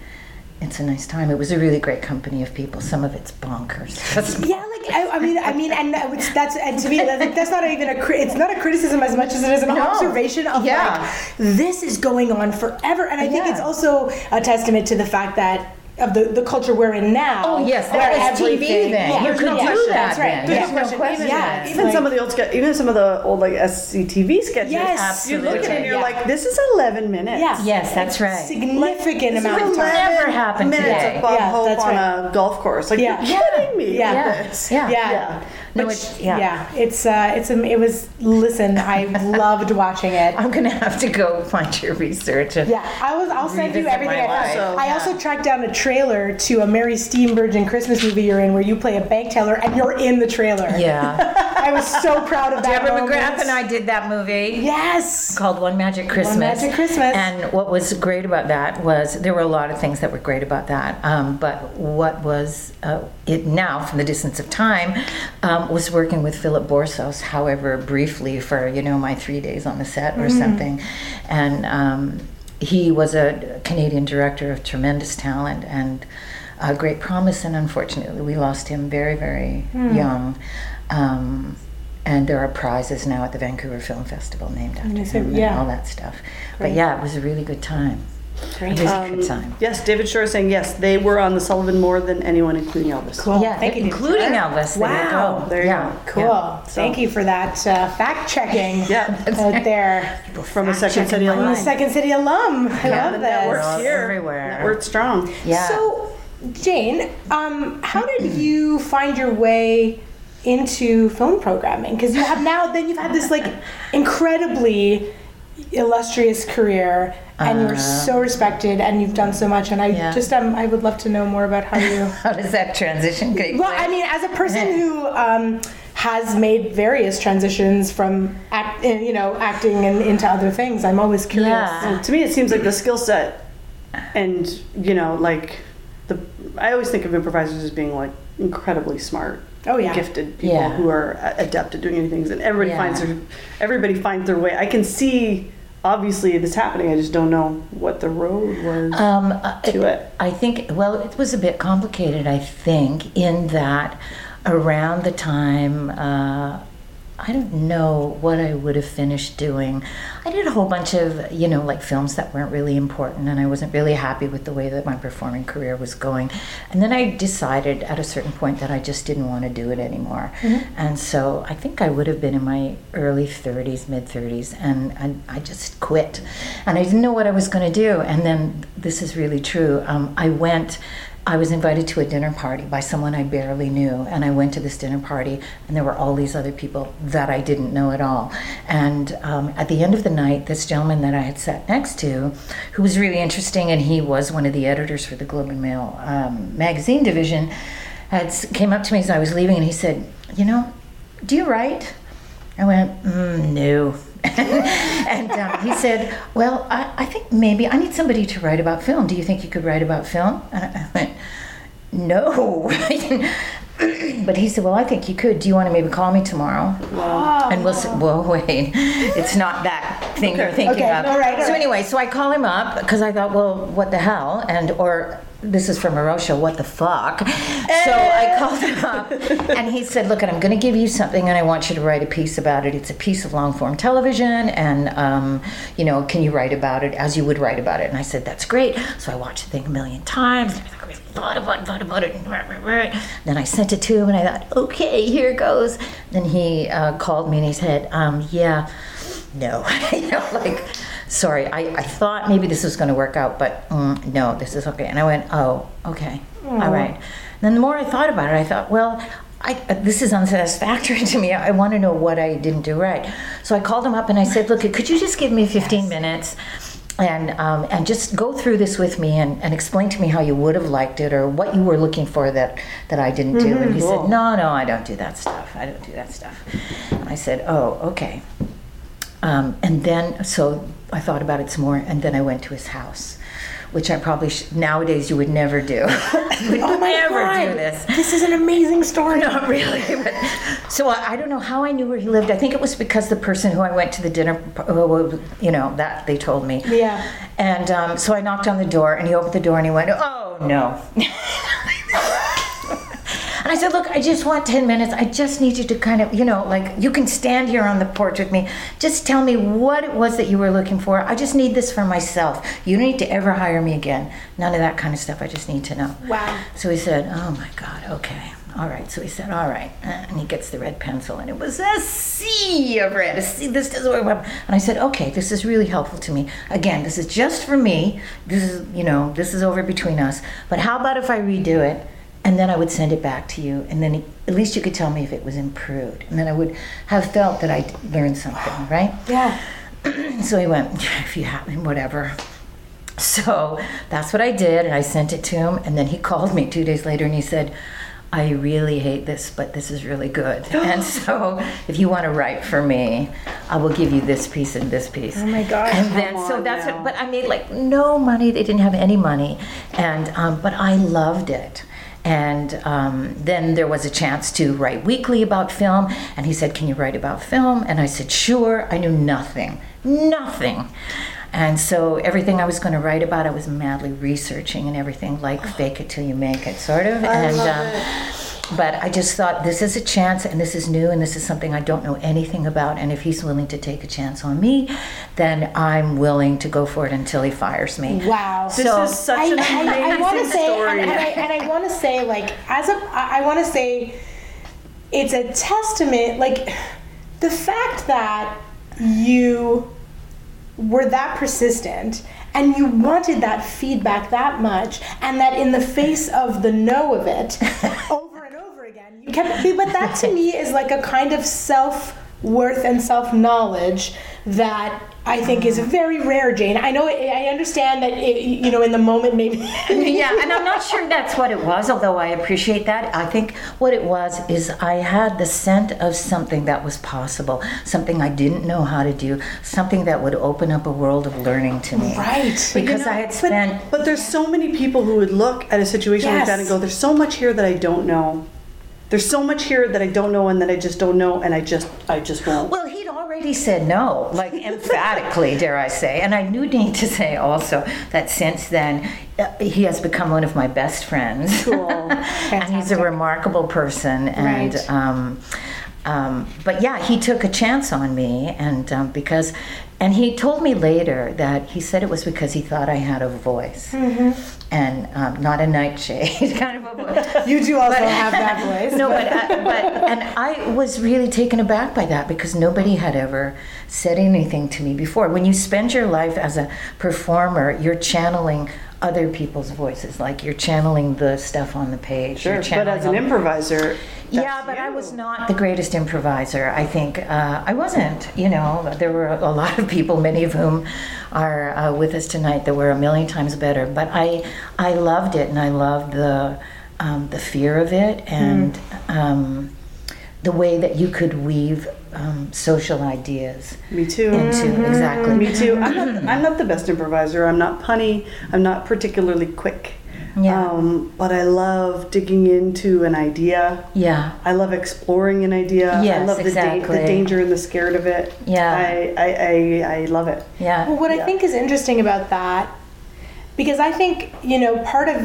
it's a nice time. It was a really great company of people. Some of it's bonkers. That's- Yeah, like I, I mean, I mean, and that was- that's and to me that's, like, that's not even a cri- it's not a criticism as much as it is an No. observation of Yeah. like this is going on forever, and I think Yeah. it's also a testament to the fact that. Of the, the culture we're in now. Oh, yes, that where was TV everything- then. You there's could no do question. that That's right. then. There's Yeah. no No question. question. Yeah, Even some of the old, ske- even some of the old like SCTV sketches. Yes. you look at it and you're Absolutely. like, this is 11 minutes. yeah. Yes, that's right. Significant This is amount of time. 11 Never happened minutes today. of Bob Yeah, Hope that's on right. a golf course. Like, Yeah. you're kidding me. Yeah. with Yeah. this. Yeah. Yeah. Yeah. No, Which- it's, yeah. yeah. it's uh, it's um, it was. Listen, I loved watching it. I'm gonna have to go find your research. And, Yeah, I was. I'll send you Revisit everything I my found. life. Also, I also tracked down a trailer to a Mary Steenburgen Christmas movie you're in, where you play a bank teller and you're in the trailer. yeah. I was so proud of that. Deborah moment. McGrath and I did that movie. Yes. called One Magic Christmas. Magic Christmas. And what was great about that was there were a lot of things that were great about that. Um, but what was uh, it now from the distance of time um, was working with Philip Borsos, however briefly for you know my three days on the set or something, and um, he was a Canadian director of tremendous talent and. Uh, great promise, and unfortunately, we lost him very, very young. Um, and there are prizes now at the Vancouver Film Festival named after I see, him and yeah. all that stuff. But yeah, it was a really good time. It was a good time. Yes, David Shore is saying yes. They were on the Sullivan more than anyone, including Elvis. Cool. Yeah, Thank you. including Deidre. Elvis. There you Wow. go. There you yeah. go. Cool. yeah. Thank you for that uh, fact checking Yeah. out there. From a second Fact-checking city my alum. I'm a life. Second City alum. I love the this. network. Networks Girls here. everywhere. Network strong. Yeah. So, Jane, um, how did you find your way into film programming? Because you have now, then you've had this like incredibly illustrious career, and you're so respected, and you've done so much. And I Uh-huh. Yeah. just, um, I would love to know more about how you. How does that transition take Well, place? I mean, as a person who um, has made various transitions from act, eh, you know acting and into other things, I'm always curious. Yeah. To me, it seems like the skill set, and you know, like the I always think of improvisers as being like incredibly smart. Oh, yeah. gifted people Yeah. who are a- adept at doing any things, and everybody Yeah. finds their everybody finds their way. I can see obviously this happening. I just don't know what the road was. Um, I- to it? I think, well, it was a bit complicated, I think, in that around the time, uh, I don't know what I would have finished doing. I did a whole bunch of, you know, like films that weren't really important, and I wasn't really happy with the way that my performing career was going. And then I decided at a certain point that I just didn't want to do it anymore. And so I think I would have been in my early 30s, mid 30s, and, and I just quit. And I didn't know what I was going to do. And then this is really true. Um, I went, I was invited to a dinner party by someone I barely knew. And I went to this dinner party, and there were all these other people that I didn't know at all. And um, at the end of the night, this gentleman that I had sat next to, who was really interesting, and he was one of the editors for the Globe and Mail um, magazine division, had s- came up to me as I was leaving, and he said, "You know, do you write?" I went, mm, no. and um, he said, Well, I, I think maybe I need somebody to write about film. Do you think you could write about film? And I went, No. but he said, Well, I think you could. Do you want to maybe call me tomorrow? and we'll say, Whoa, wait. It's not that thing you're thinking okay, of. all right, all so, right. anyway, so I call him up because I thought, Well, what the hell? And, or, this is from Marosha, what the fuck? So I called him up and he said, Look, I'm going to give you something and I want you to write a piece about it. It's a piece of long form television and, um, you know, can you write about it as you would write about it? And I said, That's great. So I watched the thing a million times. And I thought, "I thought about it, thought about it. and rah, rah, rah." Then I sent it to him and I thought, Okay, here goes. Then he uh, called me and he said, um, Yeah, no. you know, like, sorry, I, I thought maybe this was going to work out, but mm, no, this is okay. And I went, Oh, okay. All right. And then the more I thought about it, I thought, well, I, uh, this is unsatisfactory to me. I, want to know what I didn't do right. So I called him up and I said, look, could you just give me 15 minutes? And, um, and just go through this with me and, and explain to me how you would have liked it or what you were looking for that, that I didn't do. And he said, No, no, I don't do that stuff. I don't do that stuff. And I said, Oh, okay. Um, and then, so I thought about it some more, and then I went to his house, which I probably sh- nowadays you would never do. You would Oh my never God. do this. This is an amazing story. Not really. But, so I, I don't know how I knew where he lived. I think it was because the person who I went to the dinner, p- uh, you know, that they told me. Yeah. And um, so I knocked on the door, and he opened the door, and he went, "Oh no." And I said, look, I just want 10 minutes. I just need you to kind of, you know, like, you can stand here on the porch with me. Just tell me what it was that you were looking for. I just need this for myself. You don't need to ever hire me again. None of that kind of stuff. I just need to know. Wow. So he said, oh my God, okay. All right. So he said, all right. Uh, And he gets the red pencil, and it was a sea of red. A sea, this doesn't work. well. And I said, okay, this is really helpful to me. Again, this is just for me. This is, you know, this is over between us. But how about if I redo it? and then I would send it back to you, and then at least you could tell me if it was improved, and then I would have felt that I learned something, right? Yeah. so he went, if you have, whatever. So that's what I did, and I sent it to him, and then he called me two days later, and he said, I really hate this, but this is really good. And so, if you want to write for me, I will give you this piece and this piece. Oh my gosh, And then, come so on that's now. what but I made like no money. They didn't have any money, and um, but I loved it. And um, then there was a chance to write weekly about film, and he said, "Can you write about film?" And I said, "Sure." I knew nothing, nothing. And so everything I was going to write about, I was madly researching and everything, like fake it till you make it, sort of. and um, But I just thought this is a chance and this is new and this is something I don't know anything about. And if he's willing to take a chance on me, then I'm willing to go for it until he fires me. Wow. This So- is such I, an I, I amazing want to say, story. and, and I, and I want to say, like, as a, I want to say, it's a testament, like, the fact that you were that persistent and you wanted that feedback that much, and that in the face of the no of it, over and over again, you kept. But that to me is like a kind of self worth and self knowledge that I think is very rare, Jane. I know, I understand that it, you know, in the moment maybe. yeah, and I'm not sure that's what it was, although I appreciate that. I think what it was is I had the scent of something that was possible, something I didn't know how to do, something that would open up a world of learning to me. Right. Because I had spent But there's so many people who would look at a situation like that and Yes. go, "There's so much here that I don't know. There's so much here that I don't know and that I just don't know and I just I just won't." Well, he'd already said no, like emphatically, dare I say. And I do need to say also that since then, uh, he has become one of my best friends. and he's a remarkable person. And, Right. um, um, but yeah, he took a chance on me, and um, because, and he told me later that he said it was because he thought I had a voice, and um, not a nightshade kind of a voice. You do also have that voice. No, but uh, but and I was really taken aback by that because nobody had ever said anything to me before. When you spend your life as a performer, you're channeling other people's voices, like you're channeling the stuff on the page. Sure, you're but channeling as an all- improviser, yeah, but I was not the greatest improviser. I think uh, I wasn't. You know, there were a lot of people, many of whom are uh, with us tonight, that were a million times better. But I, I loved it, and I loved the, um, the fear of it, and Hmm. um, the way that you could weave um, social ideas me too. Mm-hmm. into exactly. Me too. I'm not, I'm not the best improviser. I'm not punny. I'm not particularly quick. Yeah. Um, but I love digging into an idea. Yeah. I love exploring an idea. I Yes, love the, exactly. the danger and the scared of it. Yeah. I, I, I, I love it. Yeah. Well, what I think is interesting about that, because I think, you know, part of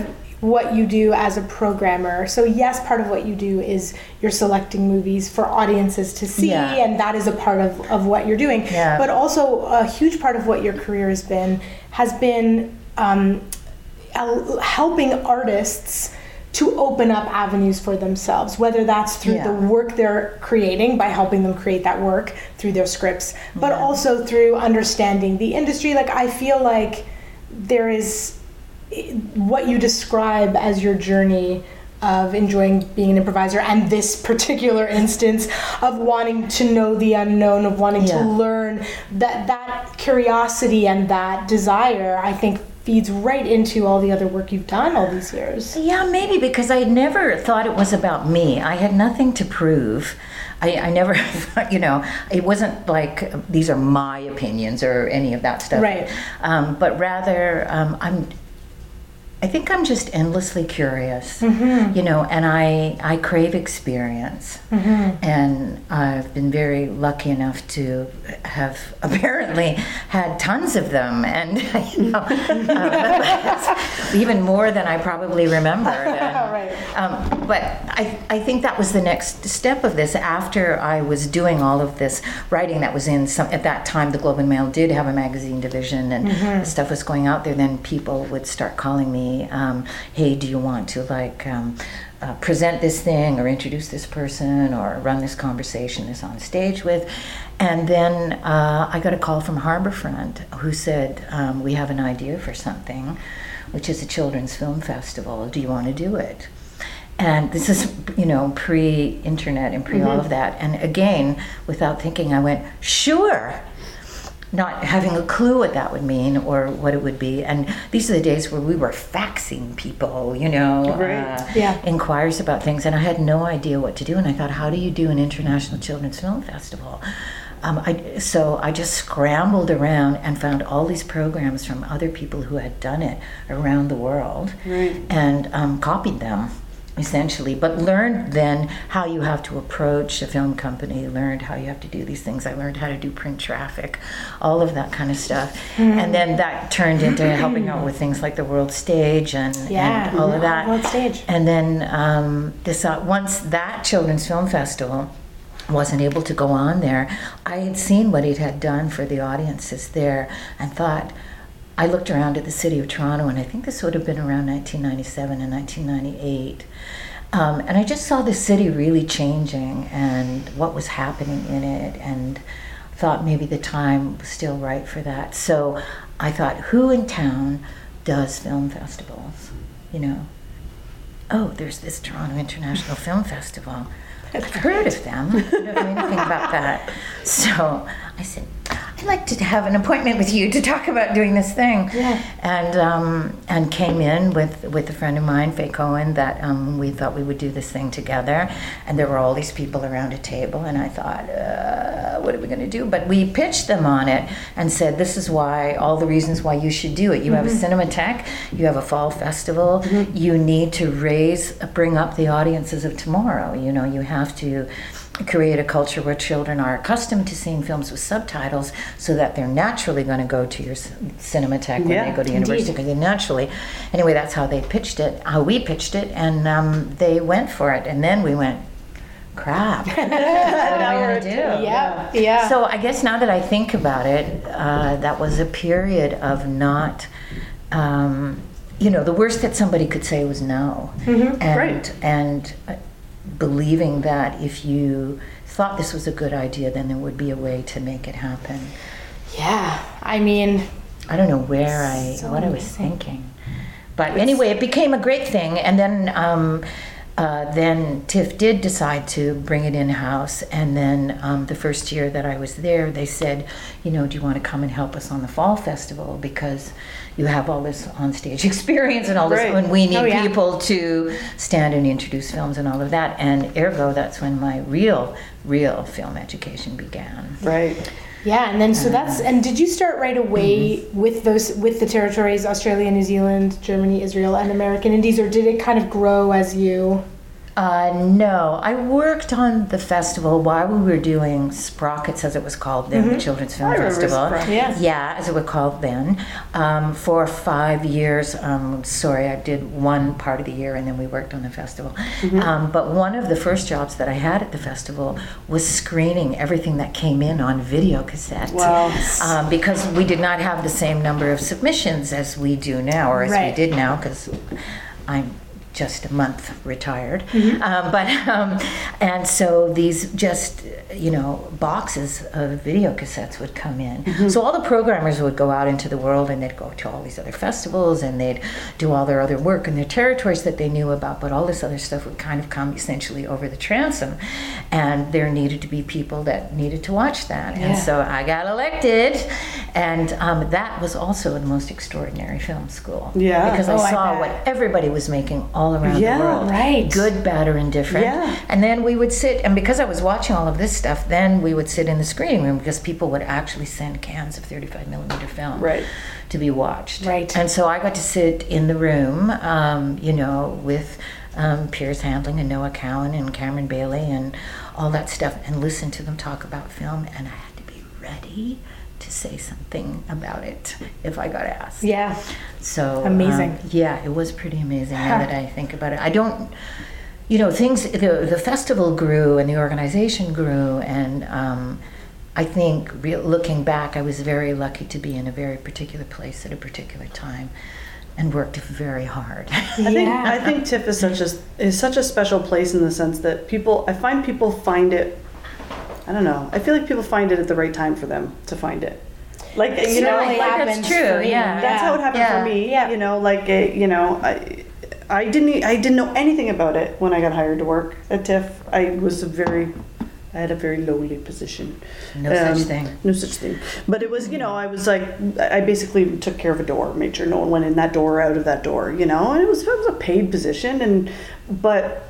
what you do as a programmer, so yes, part of what you do is you're selecting movies for audiences to see, Yeah. and that is a part of, of what you're doing. Yeah. But also, a huge part of what your career has been has been um, el- helping artists. To open up avenues for themselves, whether that's through Yeah. the work they're creating by helping them create that work through their scripts, but also through understanding the industry. Like, I feel like there is what you describe as your journey of enjoying being an improviser and this particular instance of wanting to know the unknown of wanting Yeah. to learn that that curiosity and that desire i think feeds right into all the other work you've done all these years Yeah, maybe because I never thought it was about me. I had nothing to prove. I, I never, you know, it wasn't like uh, these are my opinions or any of that stuff. Right. Um, but rather, um, I'm. I think I'm just endlessly curious, you know, and I I crave experience, and I've been very lucky enough to have apparently had tons of them, and you know, um, even more than I probably remembered. And, Right. um, but I, I think that was the next step of this. After I was doing all of this writing that was in some, at that time, the Globe and Mail did have a magazine division and stuff was going out there, then people would start calling me, um, hey, do you want to like um, uh, present this thing or introduce this person or run this conversation this on stage with? And then uh, I got a call from Harborfront who said, um, we have an idea for something, which is a children's film festival. Do you want to do it? And this is, you know, pre internet and pre all of that. And again, without thinking, I went, sure. Not having a clue what that would mean or what it would be. And these are the days where we were faxing people, you know, uh, Right. Yeah. inquires about things. And I had no idea what to do. And I thought, how do you do an international children's film festival? Um, I, so I just scrambled around and found all these programs from other people who had done it around the world Right. and um, copied them essentially, but learned then how you have to approach a film company, learned how you have to do these things. I learned how to do print traffic, all of that kind of stuff. Mm-hmm. And then that turned into helping out with things like the world stage and, and Yeah, Mm-hmm. all of that. world stage. And then um, this uh, once that Children's Film Festival wasn't able to go on there, I had seen what it had done for the audiences there and thought, I looked around at the city of Toronto, and I think this would have been around 1997 and 1998. Um, and I just saw the city really changing and what was happening in it, and thought maybe the time was still right for that. So I thought, who in town does film festivals? You know, oh, there's this Toronto International Film Festival. I've heard of them. I don't know anything about that. So I said, I'd like to have an appointment with you to talk about doing this thing. Yeah. And um, and came in with, with a friend of mine, Faye Cohen, that um, we thought we would do this thing together. And there were all these people around a table, and I thought, uh, what are we going to do? But we pitched them on it and said, this is why, all the reasons why you should do it. You have a Cinematheque, you have a fall festival, you need to raise, bring up the audiences of tomorrow. You know, you have to create a culture where children are accustomed to seeing films with subtitles so that they're naturally going to go to your c- Cinematheque when Yeah, they go to university because they naturally. Anyway, that's how they pitched it, how we pitched it, and um, they went for it. And then we went, crap. I don't know what to do. Yeah, yeah. So I guess now that I think about it, uh, that was a period of not, um, you know, the worst that somebody could say was no, and right. and uh, believing that if you thought this was a good idea, then there would be a way to make it happen. yeah, I mean, I don't know where I what I was thinking, but anyway, it became a great thing. And then um, uh, then Tiff did decide to bring it in house. And then um, the first year that I was there, they said, you know, do you want to come and help us on the fall festival because you have all this on stage experience and all this, Right. and we need Oh, yeah. people to stand and introduce films and all of that. And ergo, that's when my real real film education began. Right. yeah, and then so that's and did you start right away with those with the territories Australia, New Zealand, Germany, Israel, and American Indies, or did it kind of grow as you? Uh, no, I worked on the festival while we were doing Sprockets, as it was called then, the Children's Film Mm-hmm. I remember Festival. Sprockets. Yeah. yeah, as it was called then, um, for five years. Um, sorry, I did one part of the year, and then we worked on the festival. Mm-hmm. Um, but one of the first jobs that I had at the festival was screening everything that came in on video cassette. Wow. Um, because we did not have the same number of submissions as we do now, or as we Right. did now, because I'm just a month retired. Um, but um, and so these just you know boxes of video cassettes would come in. So all the programmers would go out into the world and they'd go to all these other festivals and they'd do all their other work in their territories that they knew about. But all this other stuff would kind of come essentially over the transom, and there needed to be people that needed to watch that. And so I got elected, and um, that was also the most extraordinary film school. Yeah. because Oh, I I saw bet. what everybody was making all around Yeah, the world. right. Good, bad, or indifferent. Yeah. And then we would sit, and because I was watching all of this stuff, then we would sit in the screening room because people would actually send cans of 35 millimeter film Right. to be watched. Right. And so I got to sit in the room, um, you know, with um, Piers Handling and Noah Cowan and Cameron Bailey and all that stuff and listen to them talk about film, and I had to be ready to say something about it if I got asked. Yeah, So Amazing. um, yeah, it was pretty amazing. Now that I think about it, I don't. You know, things. The the festival grew and the organization grew, and um, I think re- looking back, I was very lucky to be in a very particular place at a particular time, and worked very hard. I think Yeah. I think TIFF is such a is such a special place in the sense that people I find people find it I don't know. I feel like people find it at the right time for them to find it. Like you know, like, Certainly. happens that's true. for you. yeah, that's how it happened Yeah. for me. Yeah. You know, like it, you know, I I didn't e- I didn't know anything about it when I got hired to work at TIFF. I was a very I had a very lowly position. Um, No such thing. No such thing. But it was, you know, I was like, I basically took care of a door, made sure no one went in that door or out of that door, you know, and it was, it was a paid position. And, but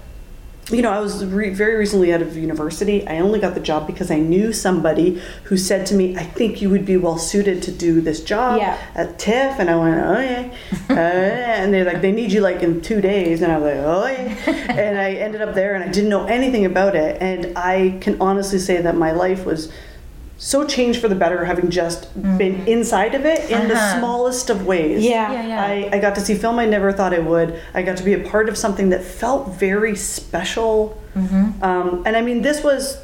you know, I was re- very recently out of university. I only got the job because I knew somebody who said to me, "I think you would be well suited to do this job Yeah. at TIFF," and I went, "Oh yeah," uh, and they're like, "They need you like in two days," and I was like, "Oh yeah," and I ended up there, and I didn't know anything about it, and I can honestly say that my life was so changed for the better having just been inside of it in the smallest of ways. Yeah. Yeah, yeah. I, I got to see film I never thought I would. I got to be a part of something that felt very special. Um, and I mean, this was,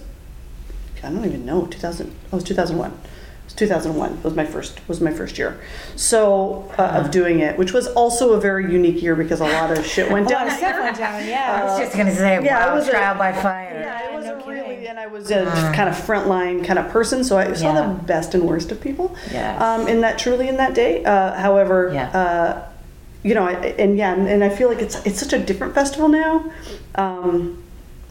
I don't even know, 2000, oh, it was 2001. It was 2001 was my first was my first year, so uh, of doing it, which was also a very unique year because a lot of shit went down. Step on down, yeah. I was just gonna say, yeah, I wow, was a- trial by fire. Yeah, I was not really, and I was a kind of frontline kind of person, so I saw Uh. Yeah. the best and worst of people. Yes. Um, in that truly in that day. Uh, however, Yeah. uh, you know, I, and yeah, and, and I feel like it's it's such a different festival now. Um,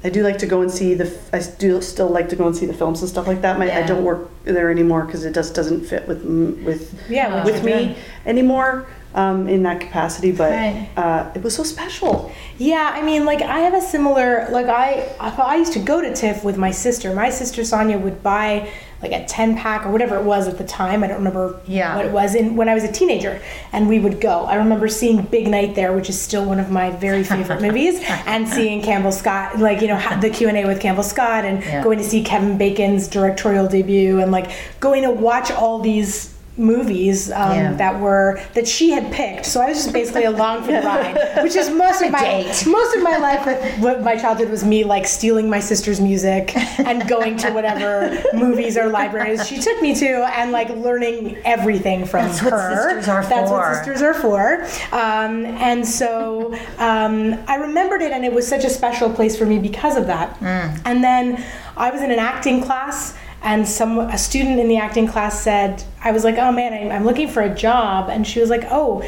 I do like to go and see the. I do still like to go and see the films and stuff like that. My, I Yeah. don't work there anymore because it just doesn't fit with m- with Yeah, which with is me good. anymore um, in that capacity. But Right. uh, it was so special. Yeah, I mean, like I have a similar like I I used to go to TIFF with my sister. My sister Sonia would buy like a ten pack or whatever it was at the time. I don't remember Yeah. what it was in when I was a teenager, and we would go. I remember seeing Big Night there, which is still one of my very favorite movies, and seeing Campbell Scott, like you know ha- the Q and A with Campbell Scott, and Yeah. going to see Kevin Bacon's directorial debut, and like going to watch all these movies um, Yeah. that were that she had picked. So I was just basically along for the ride, which is most of my date. most of my life. with- What my childhood was me like stealing my sister's music and going to whatever movies or libraries she took me to, and like learning everything from That's her. what sisters are That's for. what sisters are for. Um, and so um, I remembered it, and it was such a special place for me because of that. Mm. And then I was in an acting class and some a student in the acting class said i was like oh man I'm, I'm looking for a job and she was like oh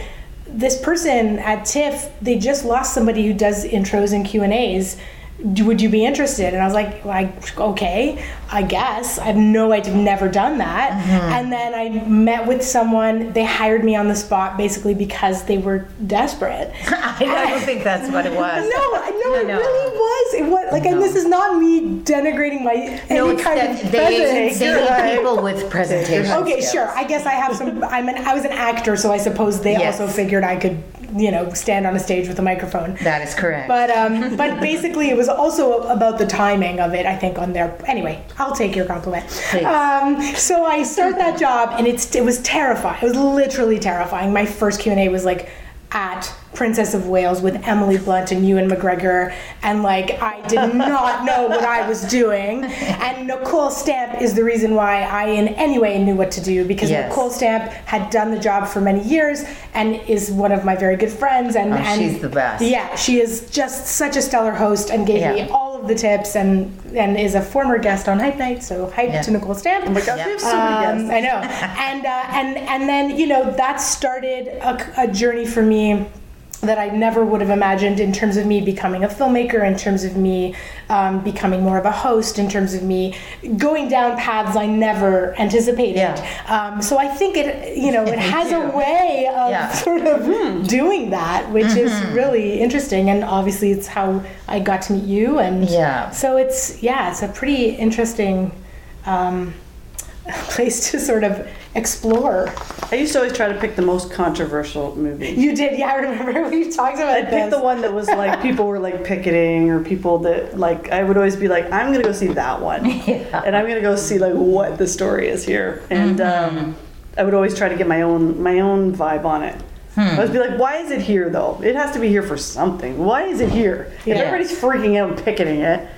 this person at tiff they just lost somebody who does intros and q and a's D- would you be interested and i was like like okay i guess i've no i've never done that Mm-hmm. and then i met with someone they hired me on the spot basically because they were desperate I don't think that's what it was. no I- no I it know. really was it was like and this is not me denigrating my any No, it's kind that of they, presence. they need people with presentations. Okay, sure. I guess I have some. I'm an. I was an actor, so I suppose they Yes. also figured I could, you know, stand on a stage with a microphone. That is correct. But um, but basically, it was also about the timing of it. I think on their anyway. I'll take your compliment. Please. Um, so I start that job, and it's it was terrifying. It was literally terrifying. My first Q and A was like at Princess of Wales with Emily Blunt and Ewan McGregor, and like I did not know what I was doing. And Nicole Stamp is the reason why I in any way knew what to do because Yes. Nicole Stamp had done the job for many years and is one of my very good friends. And, Oh, and she's the best. Yeah, yeah, she is just such a stellar host and gave me Yeah. all of the tips and and is a former guest on Hype Night, so hype Yeah. to Nicole Stamp. God, Yeah. we have so many guests. Um, I know, and uh, and and then you know that started a, a journey for me that I never would have imagined in terms of me becoming a filmmaker, in terms of me um, becoming more of a host, in terms of me going down paths I never anticipated. Yeah. Um, so I think it you know it has too. a way of Yeah. Hmm. Mm-hmm. sort of doing that, which is really interesting, and obviously it's how I got to meet you and Yeah. so it's yeah, it's a pretty interesting um, place to sort of explore. I used to always try to pick the most controversial movie. You did, yeah. I remember we talked about I'd pick the one that was like people were like picketing or people that like I would always be like I'm gonna go see that one and I'm gonna go see like what the story is here and um, I would always try to get my own my own vibe on it. I would be like, why is it here though? It has to be here for something. Why is it here? If everybody's freaking out and picketing it,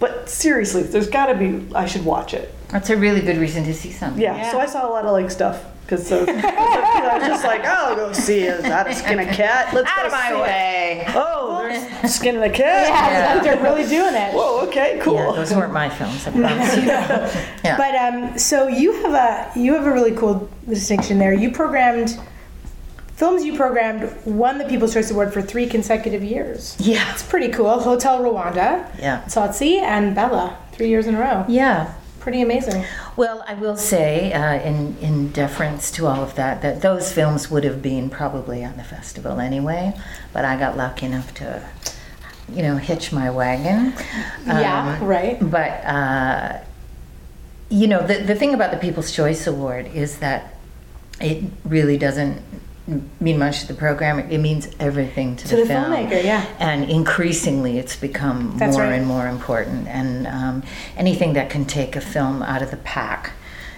but seriously, there's got to be. I should watch it. That's a really good reason to see something. Yeah, so I saw a lot of like stuff because so, so, you know, I was just like, I'll go see it. How to skin a cat? Let's Out go of my see it. way. Oh, there's skin in a cat. Yeah, it's like they're really doing it. Whoa, okay, cool. Yeah, those weren't my films, I promise you. Yeah. But um, so you have a you have a really cool distinction there. You programmed films. You programmed won the People's Choice Award for three consecutive years. yeah. It's pretty cool. Hotel Rwanda, Yeah. Tsotsi, and Bella, three years in a row. Yeah. Pretty amazing. Well, I will say, uh, in in deference to all of that, that those films would have been probably on the festival anyway, but I got lucky enough to you know, hitch my wagon. Um, Yeah, right. But, uh, you know, the, the thing about the People's Choice Award is that it really doesn't mean much to the program. It, it means everything to, To the filmmaker, yeah. And increasingly, it's become That's more right. and more important. And um, anything that can take a film out of the pack.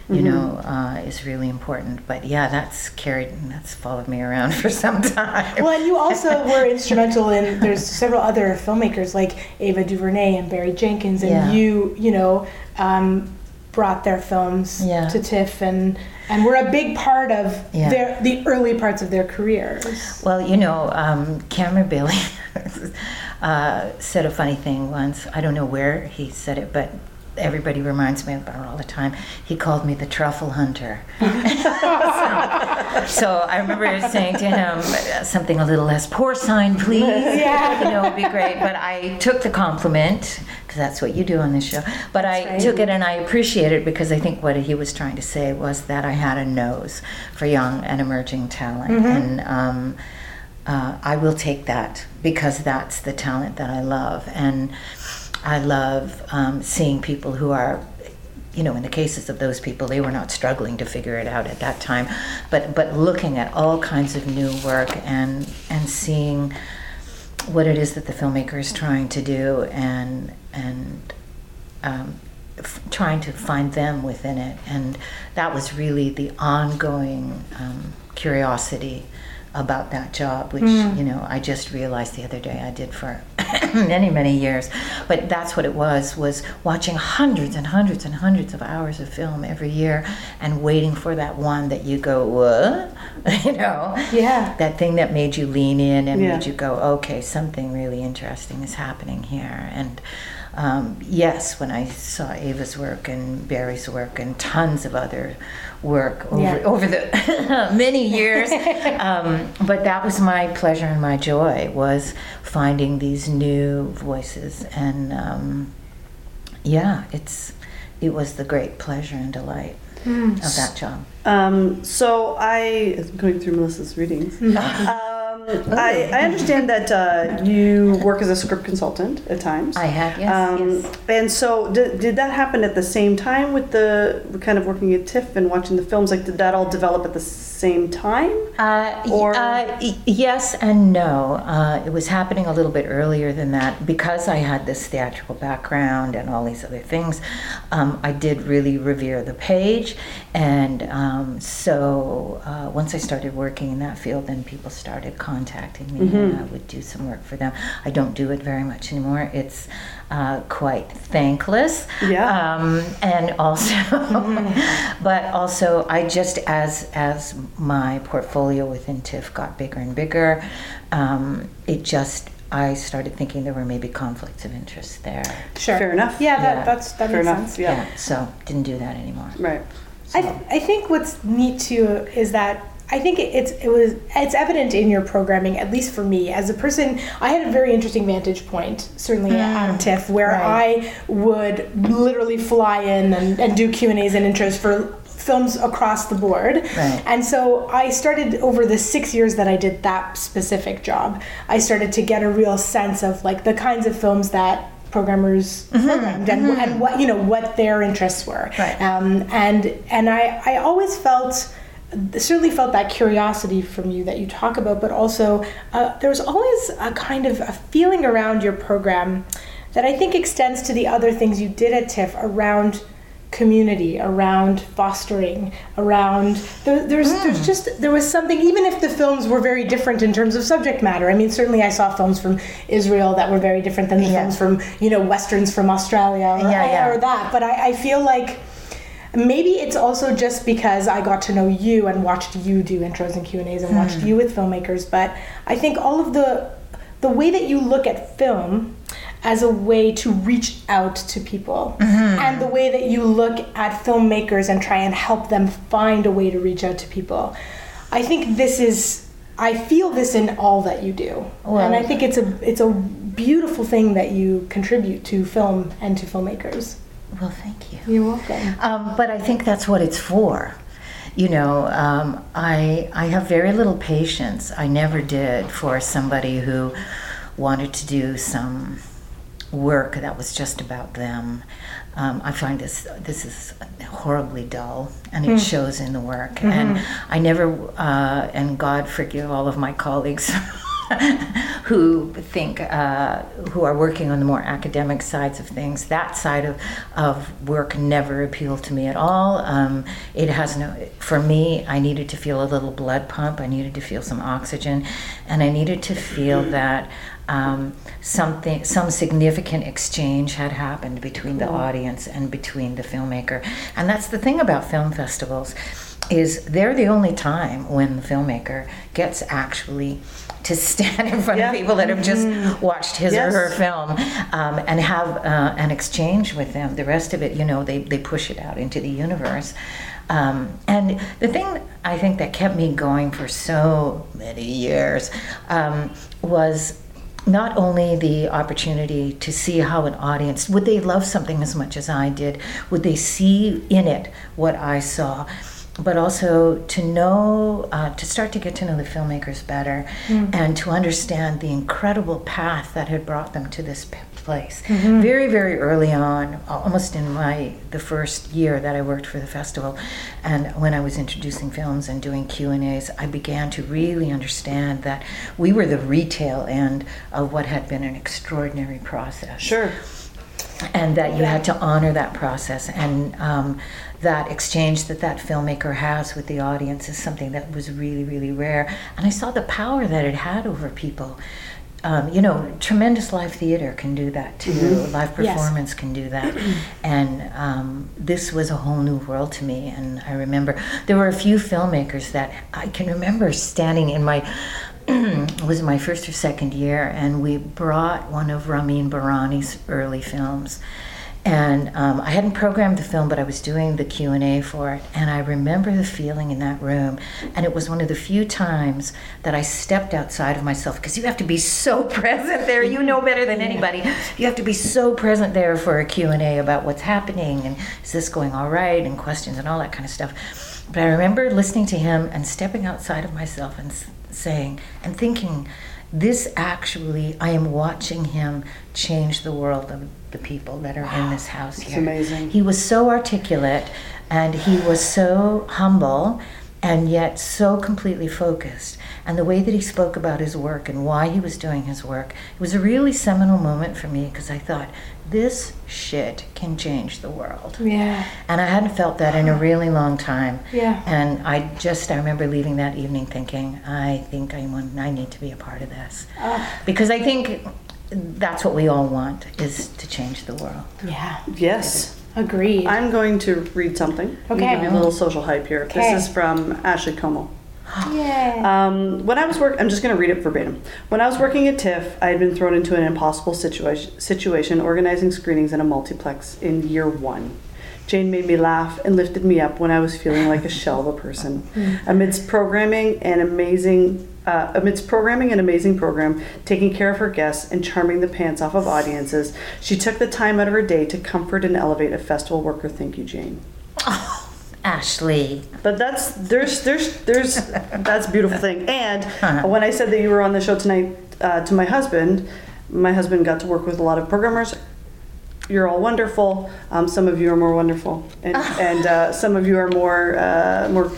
You know, Mm-hmm. uh, is really important. But yeah, that's carried, that's followed me around for some time. Well, and you also were instrumental in. There's several other filmmakers like Ava DuVernay and Barry Jenkins, and Yeah. you, you know, um, brought their films Yeah. to TIFF, and and were a big part of Yeah. their the early parts of their careers. Well, you know, um, Cameron Bailey uh, said a funny thing once. I don't know where he said it, but everybody reminds me about it all the time. He called me the truffle hunter. so, so I remember saying to him uh, something a little less porcine, please. Yeah. You know, it'd be great. But I took the compliment because that's what you do on this show. But I took it and I appreciate it because I think what he was trying to say was that I had a nose for young and emerging talent, and um, uh, I will take that because that's the talent that I love, and I love um, seeing people who are you know, in the cases of those people, they were not struggling to figure it out at that time, but but looking at all kinds of new work and and seeing what it is that the filmmaker is trying to do and and um, f- trying to find them within it, and that was really the ongoing um, curiosity about that job, which you know I just realized the other day I did for many many years, but that's what it was was watching hundreds and hundreds and hundreds of hours of film every year and waiting for that one that you go what you know Yeah. that thing that made you lean in and Yeah. made you go, okay, something really interesting is happening here. And um, yes, when I saw Ava's work and Barry's work and tons of other work over, Yeah. over the many years, um, but that was my pleasure and my joy was finding these new voices. And um, yeah, it's it was the great pleasure and delight of that job. Um, so I I'm going through Melissa's readings. Um, I, I understand that uh, you work as a script consultant at times. I have, yes, Um, yes. And so did, did that happen at the same time with the kind of working at TIFF and watching the films? Like, did that all develop at the same time? Uh, y- Or- uh, y- yes and no. Uh, it was happening a little bit earlier than that because I had this theatrical background and all these other things. Um, I did really revere the page, and um, so uh, once I started working in that field, then people started contacting me, and Mm-hmm. I would do some work for them. I don't do it very much anymore. It's uh, quite thankless. Yeah. Um, and also, but also, I just as as my portfolio within TIFF got bigger and bigger, um, it just I started thinking there were maybe conflicts of interest there. Sure. Fair enough. Yeah, that, Yeah. that's that Fair makes enough. sense. Yeah. so didn't do that anymore. Right. I, I think what's neat too is that I think it, it's it was it's evident in your programming, at least for me as a person. I had a very interesting vantage point, certainly Mm. at TIFF, where I would literally fly in and, and do Q and A's and intros for films across the board. Right. And so I started over the six years that I did that specific job. I started to get a real sense of like the kinds of films that programmers programmed and, and what you know what their interests were Mm-hmm. Right. um, and and I, I always felt certainly felt that curiosity from you that you talk about but also uh, there was always a kind of a feeling around your program that i think extends to the other things you did at tiff around community around fostering around there, there's Hmm. there's just there was something even if the films were very different in terms of subject matter i mean certainly i saw films from israel that were very different than the Yeah. films from you know westerns from australia or, Yeah, yeah. or that but I, I feel like maybe it's also just because i got to know you and watched you do intros and q&a's and watched you with filmmakers but i think all of the the way that you look at film as a way to reach out to people and the way that you look at filmmakers and try and help them find a way to reach out to people i think this is i feel this in all that you do and i Well- think it's a it's a beautiful thing that you contribute to film and to filmmakers Well, thank you. you're welcome Um, but I think that's what it's for. You know, um, I I have very little patience. I never did for somebody who wanted to do some work that was just about them. Um, I find this this is horribly dull, and it shows in the work. And I never, uh, and God forgive all of my colleagues. who think uh, who are working on the more academic sides of things that side of, of work never appealed to me at all um, it has no for me i needed to feel a little blood pump i needed to feel some oxygen and i needed to feel that um, something, some significant exchange had happened between the audience and between the filmmaker. And that's the thing about film festivals, is they're the only time when the filmmaker gets actually to stand in front Yeah. Mm-hmm. of people that have just watched his Yes. or her film um, and have uh, an exchange with them. The rest of it, you know, they, they push it out into the universe. Um, and the thing I think that kept me going for so many years um, was not only the opportunity to see how an audience would they love something as much as I did, would they see in it what I saw, but also to know, uh, to start to get to know the filmmakers better and to understand the incredible path that had brought them to this p- place. Very, very early on, al- almost in my the first year that I worked for the festival, and when I was introducing films and doing Q and A's, I began to really understand that we were the retail end of what had been an extraordinary process Sure. and that you had to honor that process and um, that exchange that that filmmaker has with the audience is something that was really really rare and i saw the power that it had over people um, you know tremendous live theater can do that too live performance can do that and um, this was a whole new world to me and i remember there were a few filmmakers that i can remember standing in my it was my first or second year, and we brought one of Ramin Barani's early films. And um, I hadn't programmed the film, but I was doing the Q and A for it, and I remember the feeling in that room. And it was one of the few times that I stepped outside of myself because you have to be so present there. You know better than anybody. You have to be so present there for a Q and A about what's happening and is this going all right and questions and all that kind of stuff. But I remember listening to him and stepping outside of myself and s- saying and thinking, this actually, I am watching him change the world of the people that are in this house here. amazing. He was so articulate and he was so humble and yet so completely focused. And the way that he spoke about his work and why he was doing his work, it was a really seminal moment for me because I thought, this shit can change the world. Yeah. And I hadn't felt that in a really long time. Yeah. And I just, I remember leaving that evening thinking, I think I want, I need to be a part of this. Because I think that's what we all want is to change the world. Yeah. Yes. Agreed. I'm going to read something. I'm gonna Okay. Give you a little social hype here. Okay. This is from Ashley Como. yeah. Um, when I was work, I'm just going to read it verbatim. When I was working at TIFF, I had been thrown into an impossible situation, situation organizing screenings in a multiplex in year one. Jane made me laugh and lifted me up when I was feeling like a shell of a person. Amidst programming and amazing, uh, amidst programming an amazing program, taking care of her guests and charming the pants off of audiences, she took the time out of her day to comfort and elevate a festival worker. Thank you, Jane. Ashley. But that's there's there's there's that's a beautiful thing. And Uh-huh. when I said that you were on the show tonight uh, to my husband, my husband got to work with a lot of programmers. You're all wonderful. Um, some of you are more wonderful, and, and uh, some of you are more uh, more. Uh,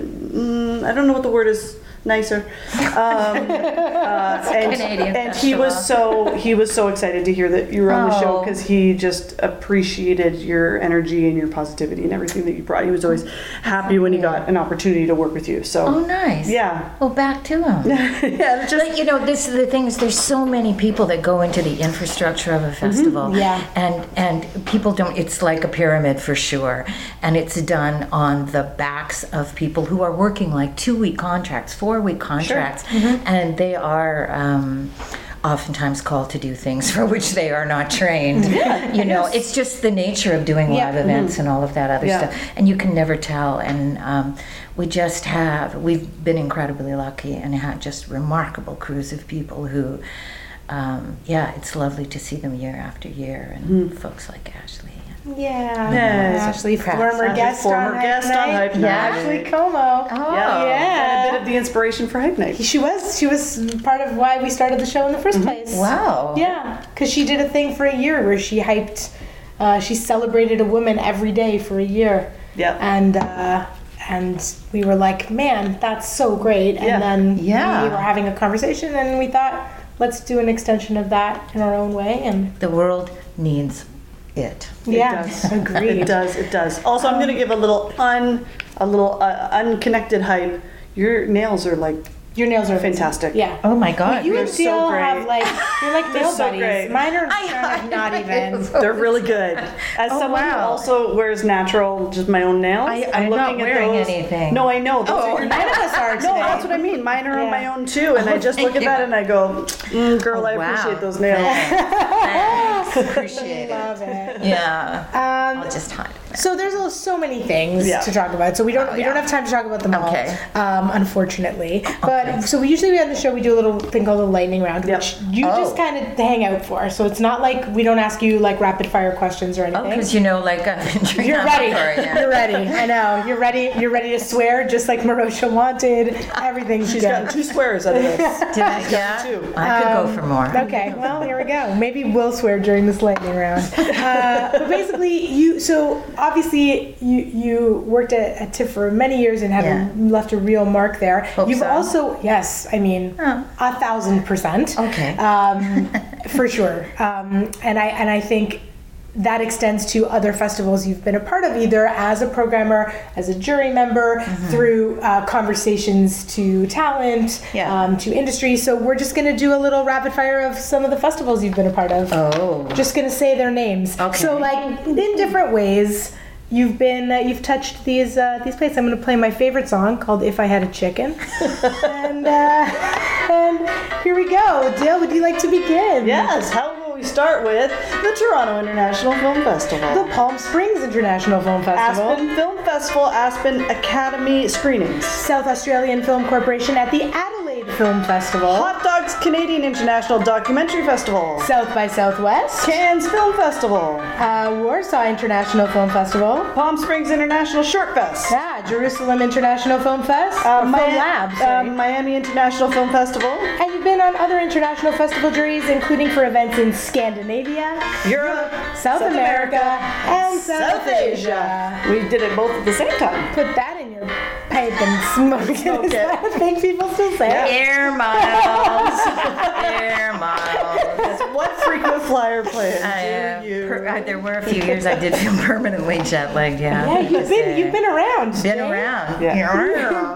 mm, I don't know what the word is. Nicer. Um, uh, and Canadian and he was so he was so excited to hear that you were on the show Oh. because he just appreciated your energy and your positivity and everything that you brought. He was always happy when he got an opportunity to work with you. So Oh, nice. yeah, Well, back to him. yeah, just But you know, this is the thing is there's so many people that go into the infrastructure of a Mm-hmm. festival. Yeah. And and people don't it's like a pyramid for sure. And it's done on the backs of people who are working like two week contracts, four week contracts. Mm-hmm. And they are um oftentimes called to do things for which they are not trained you know it's just the nature of doing live events and all of that other Yeah. stuff and you can never tell. And um, we just have, we've been incredibly lucky and had just remarkable crews of people who, um, yeah, it's lovely to see them year after year and folks like Ashley. and Yeah. Yes. Ashley Pratt. Former guest former on guest on Hype Night. Ashley Como. Oh. And Yeah. a bit of the inspiration for Hype Night. She was she was part of why we started the show in the 1st Mm-hmm. place. Wow. Yeah, because she did a thing for a year where she hyped, uh, she celebrated a woman every day for a year. Yep. And uh, and we were like, man, that's so great. And Yeah. then Yeah. we were having a conversation, and we thought, let's do an extension of that in our own way. And The world needs it. yeah, does. It agreed. does. It does. Also, I'm going to give a little un, a little uh, unconnected hype. Your nails are like Your nails are fantastic. Yeah. Oh my God. you They're and so Seal have great. like you're like nail so buddies. great. Mine are kind of not even. They're really good. As Oh, someone who wow. also wears natural, just my own nails, I- I'm not wearing anything. No, I know. Those Oh. are your nails. None of us are No, today. that's what I mean. Mine are on Yeah. my own too, and I just look at thank that you. Oh, and I go, mm, "Girl, I Wow. appreciate those nails." Thanks. Thanks. Appreciate it. Love it. Yeah. Um, I'll just hide. it. So there's al- so many things Yeah. to talk about. So we don't we Oh, yeah. don't have time to talk about them all, Okay. um, unfortunately. But so we usually on the show we do a little thing called a lightning round, Yep. which you Oh. just kind of hang out for. So it's not like we don't ask you like rapid fire questions or Oh, anything. because you know, like I've been drinking you're alcohol ready. for it, yeah. You're ready. I know. You're ready. You're ready to swear, just like Marosha wanted. Everything's She's good. gotten two squares out of this. Did I? Yeah. too. I could go for more. Um, Okay, well, here we go. Maybe we'll swear during this lightning round. Uh, but basically, you so obviously you you worked at, at TIFF for many years and have Yeah. left a real mark there. Hope You've so. also yes, I mean Oh. a thousand percent. Okay. um, for sure. Um, and I and I think. That extends to other festivals you've been a part of, either as a programmer, as a jury member, Mm-hmm. through uh, conversations to talent, Yeah. um, to industry. So we're just going to do a little rapid fire of some of the festivals you've been a part of. Oh. Just going to say their names. Okay. So like in different ways, you've been uh, you've touched these uh, these places. I'm going to play my favorite song called "If I Had a Chicken," and uh, and here we go. Dale, would you like to begin? yes. How will we start with the Toronto International Film Festival? The Palm Springs International Film Festival. Aspen Film Festival, Aspen Academy screenings. South Australian Film Corporation at the Adelaide Film Festival. Hot Dogs Canadian International Documentary Festival. South by Southwest. Cannes Film Festival. Uh, Warsaw International Film Festival. Palm Springs International Short Fest. Yeah, Jerusalem International Film Fest, Uh, or Film Mi- Lab. uh, sorry. Miami International Film Festival. and you've been on other international festival juries, including for events in Scandinavia, Europe. South, America, and South, South Asia. We did it both at the same time. Put that in your pipe and smoke it. Smoke Is it. that a thing people still say? Air miles. Air miles. What frequent flyer plan I, uh, do you? per- uh, there were a few years I did feel permanently jet lagged. Yeah. uh, Yeah, you've been you've been around. Been around. Yeah. Around.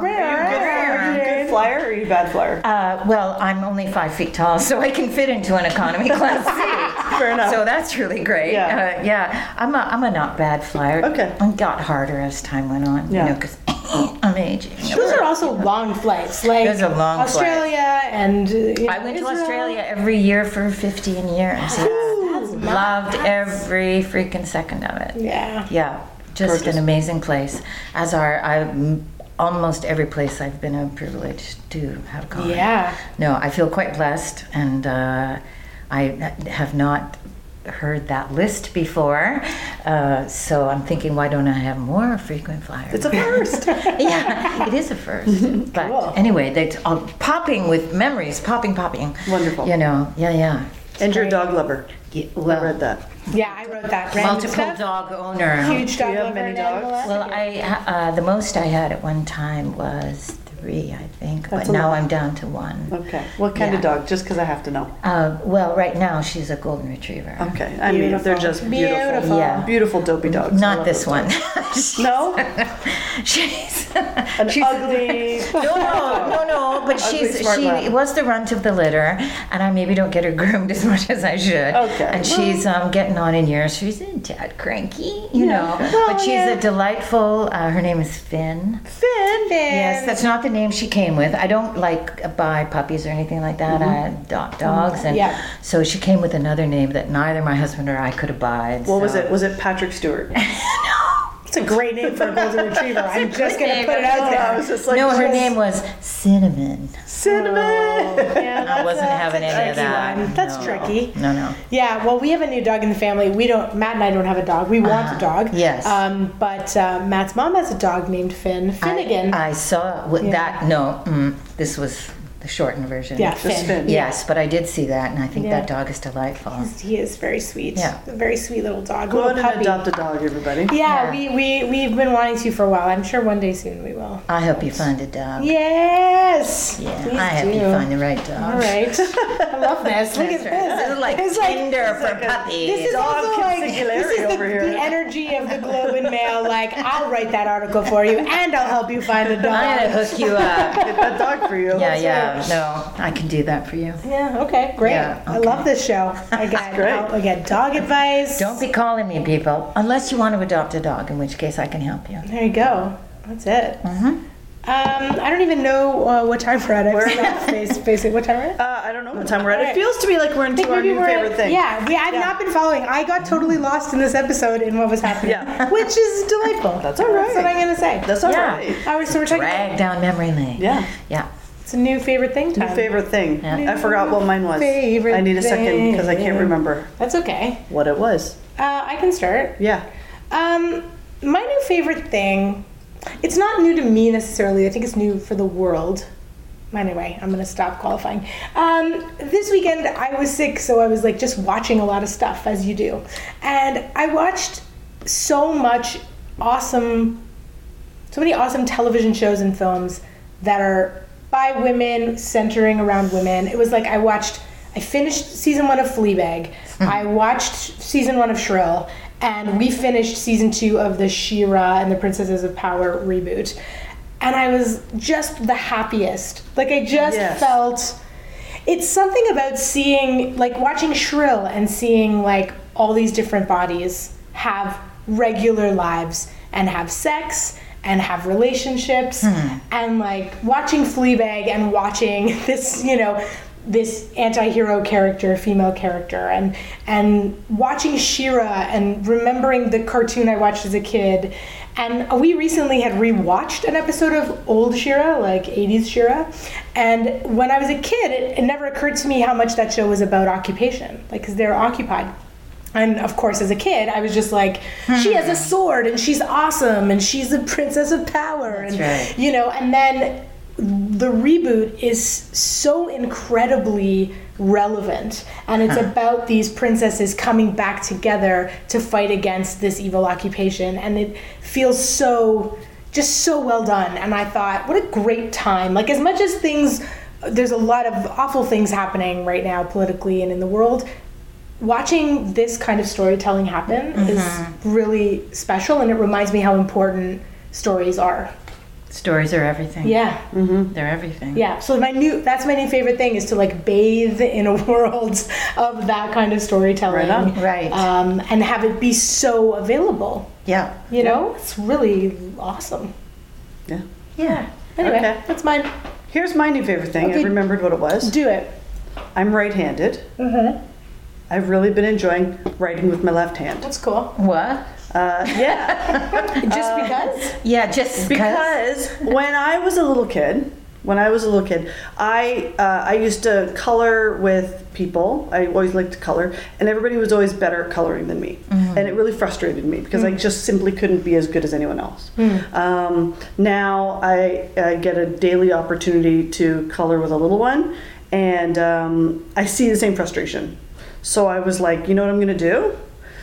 Are you a good flyer or are you a bad flyer? Uh, well, I'm only five feet tall, so I can fit into an economy class seat. Fair enough. So that's really great. Yeah. Uh, yeah. I'm a, I'm a not bad flyer. Okay. I got harder as time went on. Yeah. You know, because I'm aging. Those are also long flights. Like Those are long flights. Australia and uh, you I know, went Israel. to Australia every year for 15 years. Loved every freaking second of it. Yeah. Yeah, just Gorgeous. an amazing place. As are I, m- almost every place I've been a privilege to have gone. Yeah. No, I feel quite blessed, and uh, I have not heard that list before. Uh, so I'm thinking, why don't I have more frequent flyers? It's a first. yeah, it is a first. But anyway, that's all popping with memories, popping, popping. Wonderful. You know, yeah, yeah. and you're a dog lover. Y- I read that. Yeah, I wrote that. Random multiple stuff. dog owner. Huge dog you have lover many and dogs? animal lover. Well, I uh, the most I had at one time was three, I think, That's a but now lot. I'm down to one. Okay. What kind of Yeah. dog? Just because I have to know. Uh, well, right now she's a golden retriever. Okay. I mean, Beautiful. they're just Uh, beautiful. Beautiful. Yeah. Beautiful dopey dogs. I Not love this those one. No? she's dogs. An she's ugly. No, no, no, no. But she's smart she lab. was the runt of the litter, and I maybe don't get her groomed as much as I should. Okay. And she's um, getting on in years. She's a tad cranky, you know. but she's yeah. a delightful. Uh, her name is Finn. Finn. Yes, that's not the name she came with. I don't like buy puppies or anything like that. I adopt dogs, and Mm-hmm. Yeah. so she came with another name that neither my husband or I could abide. What was so- it? Was it Patrick Stewart? no, It's It's a great name for a golden retriever. I'm just gonna put it out I there. was just like, no, her just name was Cinnamon. Cinnamon. I wasn't having any of tricky that. one. That's No. tricky. No, no. Yeah, well, we have a new dog in the family. We don't. Matt and I don't have a dog. We want a dog. Uh-huh. yes. Um, but uh, Matt's mom has a dog named Finn Finnegan. I, I saw what that. No, mm, this was the shortened version. yeah, Just Finn. Finn. Yes, but I did see that, and I think Yeah. that dog is delightful. He is very sweet. Yeah. A very sweet little dog. Go out little and puppy. adopt a dog, everybody. Yeah, Yeah. We, we, we've been wanting to for a while. I'm sure one day soon we will. I hope you find a dog. Yes. Yeah, Please I hope do. you find the right dog. All right. I love this. Look at this. That's Oh, right. This is like It's like- Tinder for puppies. This is Dog also like this consigliere is the, over here. the energy of the Globe and Mail. Like I'll write that article for you, and I'll help you find a I'm gonna dog. hook you up. Get that dog for you. yeah, yeah. No, I can do that for you. Yeah. Okay. Great. Yeah, I love this show. Again, Great. I'll- again, dog advice. Don't be calling me, people, unless you want to adopt a dog, in which case I can help you. There you go. That's it. Mm-hmm. Um, I don't even know uh, what time we're at. I've seen that face, basically. What time we're at? Uh, I don't know what time we're at. Alright. It feels to me like we're into our new we're at- favorite thing. Yeah, we, I've not been following. I got totally lost in this episode in what was happening, Yeah. which is delightful. That's all That's what right. I'm gonna say. That's all Yeah. right. All right, so we're talking. about- Drag down memory lane. Yeah. Yeah. It's a new favorite thing time. New favorite thing. Yeah. I forgot what mine was. Favorite I need a second because I thing. can't remember That's okay. what it was. Uh, I can start. Yeah. Um, my new favorite thing. It's not new to me necessarily. I think it's new for the world. Anyway, I'm gonna stop qualifying. Um, this weekend I was sick, so I was like just watching a lot of stuff as you do, and I watched so much awesome so many awesome television shows and films that are by women, centering around women. It was like I watched, I finished season one of Fleabag, I watched season one of Shrill, and we finished season two of the She-Ra and the Princesses of Power reboot. And I was just the happiest. Like I just Yes. felt. It's something about seeing, like watching Shrill and seeing like all these different bodies have regular lives and have sex and have relationships and like watching Fleabag and watching this, you know, this anti-hero character, female character and and watching Shira and remembering the cartoon I watched as a kid and we recently had rewatched an episode of old Shira, like 80s Shira. And when I was a kid, it, it never occurred to me how much that show was about occupation, like, because they're occupied. And of course, as a kid, I was just like, she has a sword and she's awesome and she's the princess of power. and, right. you know, and then the reboot is so incredibly relevant and it's about these princesses coming back together to fight against this evil occupation and it feels so just so well done and i thought what a great time like as much as things there's a lot of awful things happening right now politically and in the world watching this kind of storytelling happen is really special and it reminds me how important stories are Stories are everything. yeah They're everything. yeah, so my new that's my new favorite thing is to like bathe in a world of that kind of storytelling. Right on. Right. Um, and have it be so available. Yeah. You know? It's really awesome. Yeah. Yeah. Anyway, Okay. that's mine. Here's my new favorite thing. Okay. I remembered what it was. Do it. I'm right-handed. Mm-hmm. I've really been enjoying writing with my left hand. That's cool. What? Uh, yeah. Just because? Yeah, just because. because when I was a little kid, when I was a little kid, I uh, I used to color with people. I always liked to color, and everybody was always better at coloring than me, and it really frustrated me because I just simply couldn't be as good as anyone else. Um, now I, I get a daily opportunity to color with a little one, and um, I see the same frustration. So I was like, you know what I'm gonna do?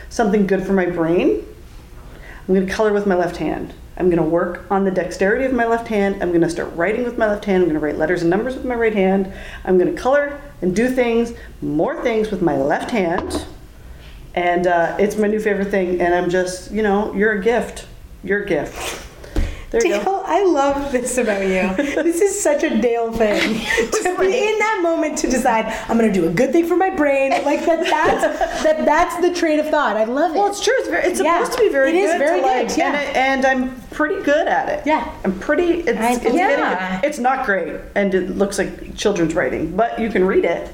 Something good for my brain. I'm going to color with my left hand. I'm going to work on the dexterity of my left hand. I'm going to start writing with my left hand. I'm going to write letters and numbers with my right hand. I'm going to color and do things, more things with my left hand. And uh, it's my new favorite thing. And I'm just, you know, you're a gift. You're a gift. There you go. Dale, I love this about you. this is such a Dale thing. to be in that moment to decide, I'm gonna do a good thing for my brain. Like that that's that that's the train of thought. I love it. Well, it's true. It's, very, it's Yeah. supposed to be very It good. is very to like- good, yeah. And, I, and I'm pretty good at it. Yeah. I'm pretty. It's, I it's, believe getting- it. it's not great, and it looks like children's writing, but you can read it.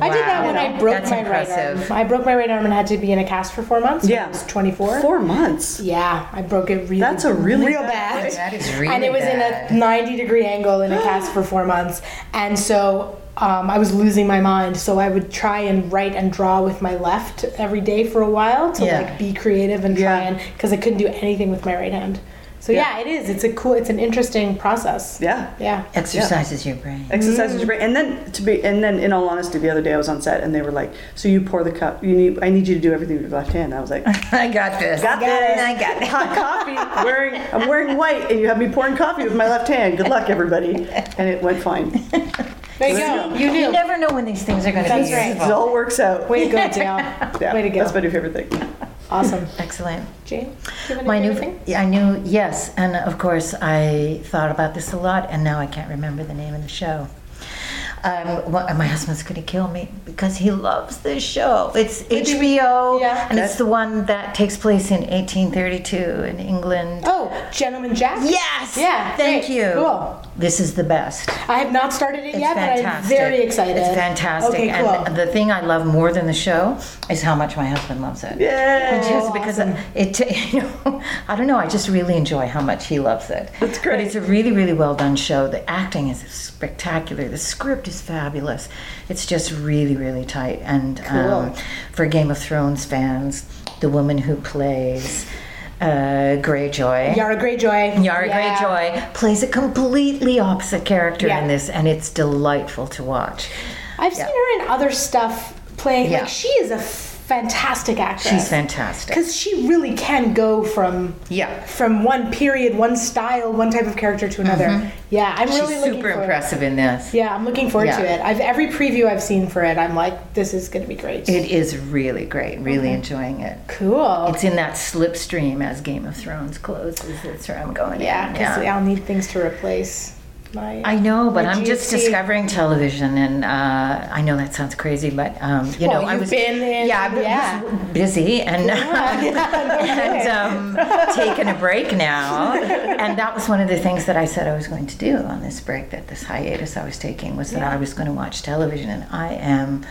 I did that Wow. when I broke That's my impressive. right arm. I broke my right arm and had to be in a cast for four months. when Yeah. I was 24. Four months. Yeah, I broke it really. That's a really real bad- bad. That is really and it was bad. in a 90 degree angle in a cast for four months, and so um, I was losing my mind. So I would try and write and draw with my left every day for a while to Yeah. like be creative and try Yeah. and because I couldn't do anything with my right hand. So yeah. it is. It's a cool. It's an interesting process. Yeah. Yeah. Exercises your brain. Exercise is your brain. And then to be and then in all honesty, the other day I was on set and they were like, So you pour the cup you need I need you to do everything with your left hand. I was like, I got this. Got this. I got it. Hot coffee. Wearing I'm wearing white and you have me pouring coffee with my left hand. Good luck everybody. And it went fine. There you There go. You You knew. never know when these things are going to be That's right. It useful. all works out. Way to go, Dale. Yeah, Way to go. That's my new favorite thing. Awesome. Excellent. Jane, do you have My any new, favorite thing? I knew, yes, and of course I thought about this a lot, and now I can't remember the name of the show. Um, what, my husband's going to kill me because he loves this show. It's HBO, yeah. and it's the one that takes place in 1832 in England. Oh, Gentleman Jack? Yes. Yeah. Thank great, you. Cool. This is the best. I have not started it It's yet, fantastic. but I'm very excited. It's fantastic. Okay, cool. And the thing I love more than the show is how much my husband loves it. Yeah. Oh, Just because it, ta- you know, I don't know. I just really enjoy how much he loves it. That's great. But it's a really, really well done show. The acting is spectacular. The script is fabulous. It's just really, really tight. And um, for Game of Thrones fans, the woman who plays uh, Greyjoy, Yara Greyjoy. Yara Yeah. Greyjoy plays a completely opposite character Yeah. in this, and it's delightful to watch. I've seen her in other stuff playing. Yeah. Like, she is a fantastic actress. She's fantastic. Because she really can go from Yeah. from one period, one style, one type of character to another. Yeah, I'm Mm-hmm. She's really looking super forward- impressive in this. Yeah, I'm looking forward to Yeah. it. I've every preview I've seen for it, I'm like, this is going to be great. It is really great. Really enjoying it. cool. It's in that slipstream as Game of Thrones closes. That's where I'm going. yeah, in, because I'll need things to replace my. I know, but I'm just GST. discovering television, and uh, I know that sounds crazy, but um, you Well, know, I you've was been in- yeah, I was yeah. busy and and um, taking a break now, and that was one of the things that I said I was going to do on this break, that this hiatus I was taking was that I was going to watch television, and I am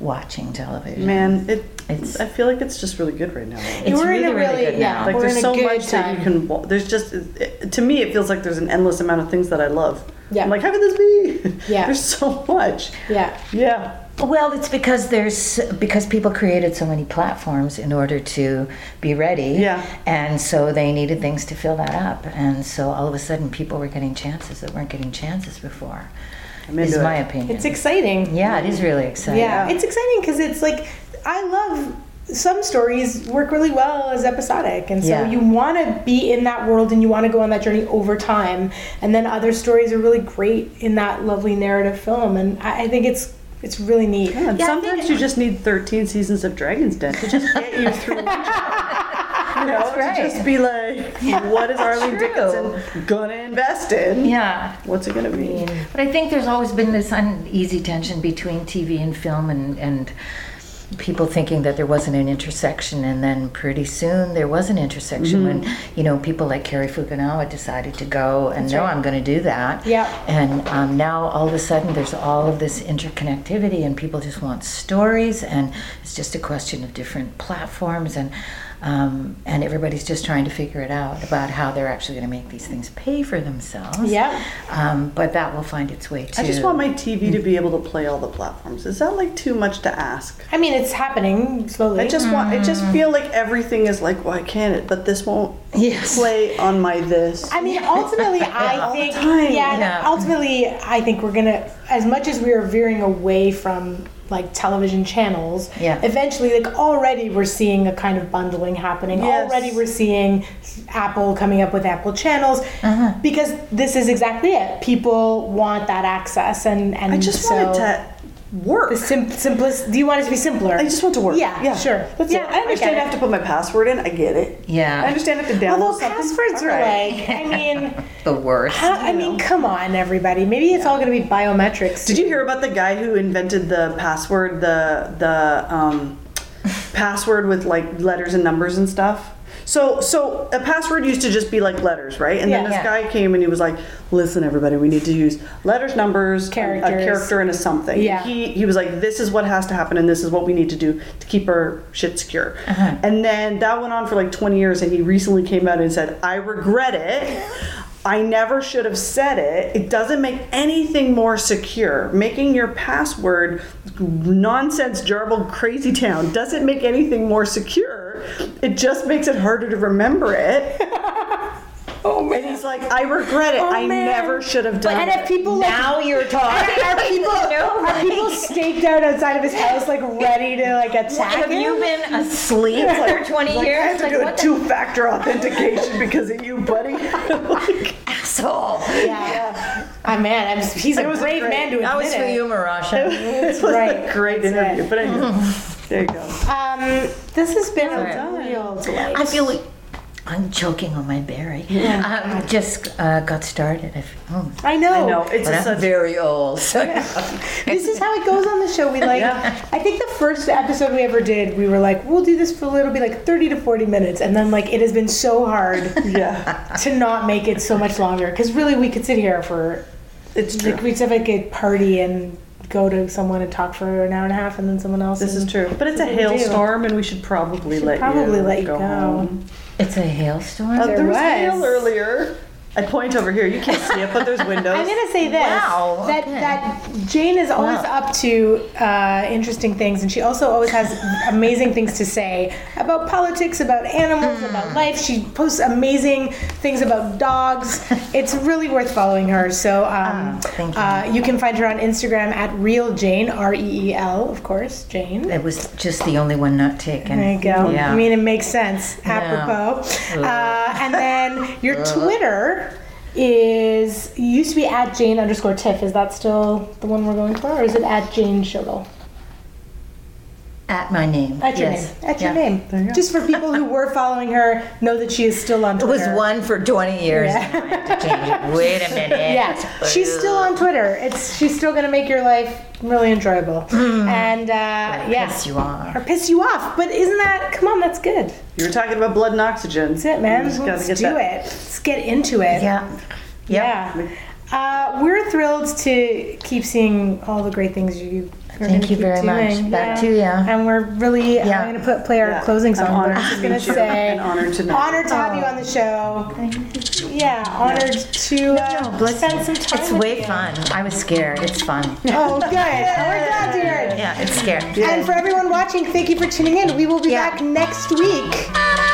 watching television. Man, it It's- I feel like it's just really good right now. It's We're in a really- good yeah. now. Like We're in there's a so good much that time. you can. wa- There's just it, to me, it feels like there's an endless amount of things that I love. Yeah. I'm like, how could this be? Yeah. there's so much. Yeah. Yeah. Well, it's because there's because people created so many platforms in order to be ready. Yeah. And so they needed things to fill that up. And so all of a sudden people were getting chances that weren't getting chances before. I'm is into my it. opinion. It's exciting. yeah, it is really exciting. Yeah, it's exciting because it's like I love some stories work really well as episodic, and so Yeah. you want to be in that world and you want to go on that journey over time. And then other stories are really great in that lovely narrative film, and I, I think it's it's really neat. And Yeah, I think sometimes you just need 13 seasons of Dragon's Den to just get you through. You know, right. to just be like, what is Arlene true. Dickinson gonna invest in? Yeah. What's it gonna be? But I think there's always been this uneasy tension between TV and film, and, and people thinking that there wasn't an intersection, and then pretty soon there was an intersection when you know people like Kerry Fukunawa decided to go and no, I'm going to do that. Yep. And um, now all of a sudden there's all of this interconnectivity, and people just want stories, and it's just a question of different platforms and. Um, and everybody's just trying to figure it out about how they're actually going to make these things pay for themselves. Yeah. Um, but that will find its way to. I just want my TV to be able to play all the platforms. Is that like too much to ask? I mean, it's happening slowly. I just want. I just feel like everything is like, why can't it? But this won't Yes. play on my this. I mean, ultimately, I All the think time. yeah, Yeah. Ultimately, I think we're gonna, as much as we are veering away from like television channels, Yeah. eventually, like already, we're seeing a kind of bundling happening. Yes. Already, we're seeing Apple coming up with Apple channels Uh-huh. because this is exactly it. People want that access, and and I just so want it to work. the sim- simplest. Do you want it to be simpler? I just want to work. Yeah, sure. That's Yeah, it. I I understand get I it. have to put my password in. I get it. Yeah. I understand I have to download Although something. passwords All are right. like, I mean. the worst. How- I mean, come on, everybody. Maybe it's all going to be biometrics. Did you hear about the guy who invented the password? The the um, password with like letters and numbers and stuff. So, so a password used to just be like letters, right? And then Yeah. this Yeah. guy came and he was like, "Listen, everybody, we need to use letters, numbers, a- a Characters. character, and a something." Yeah. He he was like, "This is what has to happen, and this is what we need to do to keep our shit secure." Uh-huh. And then that went on for like 20 years, and he recently came out and said, "I regret it." I never should have said it. It doesn't make anything more secure. Making your password nonsense, gerbil, crazy town doesn't make anything more secure. It just makes it harder to remember it. oh man. And he's like, I regret Oh, it. I man. never should have done and it. if people like Now you're talking. are people Are people staked out outside of his house, like ready to like attack Have him? you been asleep for 20 years? I Like, do what a the two factor authentication because of you, buddy. Like, asshole? Oh man, I'm, he's a was a brave great- man to That was for admit it. you, Marasha. this was a right. great That's interview. But anyway, there you go. Um, this has been Well a done. real delight. I feel like I'm choking on my berry. Um, just uh, got started. I f- oh, I know. I know. It's but just I'm such very old. So This is how it goes on the show. We like, I think the first episode we ever did, we were like, we'll do this for a little bit, like 30 to 40 minutes. And then, like, it has been so hard yeah. to not make it so much longer. Because really, we could sit here for, It's true. like, we'd have like a party and go to someone and talk for an hour and a half and then someone else. This is and- true, but it's a That's what we do. hailstorm, and we should probably let probably you let you go. go. Home. it's a hailstorm. Uh, there was Oh, was. hail earlier. I point over here. You can't see it, but there's windows. I'm gonna say this. Wow, That okay. that Jane is always Wow. up to uh, interesting things, and she also always has amazing things to say about politics, about Hmm. animals, about life. She posts amazing things about dogs. It's really worth following her. So um, Ah, thank you. Uh, you can find her on Instagram at real Jane R E E L, of course, Jane. It was just the only one not taken. There you go. Yeah. I mean, it makes sense. Apropos. Uh, and then your Twitter is you used to be at Jane underscore Tiff. Is that still the one we're going for, or is it at Jane Shodel? At my name. At your yes. name. At your Yeah. There you name. go. Just for people who were following her, know that she is still on It Twitter. was one for 20 years. and I had to change it. Wait a minute. Yeah, she's still on Twitter. It's she's still gonna make your life really enjoyable. And uh, yeah, Yes, Hmm. you are. or piss you off. But isn't that? Come on, that's good. you were talking about blood and oxygen. That's it, man. You just gotta Let's get do that. it. Let's get into it. Yeah. Yeah. Uh, we're thrilled to keep seeing all the great things you. are gonna Thank you keep very much. doing. That too, yeah. And we're really Yeah. I'm going to put play our Yeah. closing song. I'm but honored I'm just to gonna meet you. say And honored to know. honored to Oh. have you on the show. Yeah, honored to uh, No, bless spend you. some time. It's with way you. fun. I was scared. It's fun. Oh, good. We're glad to hear it. Yeah, it's scary. And for everyone watching, thank you for tuning in. We will be Yeah. back next week,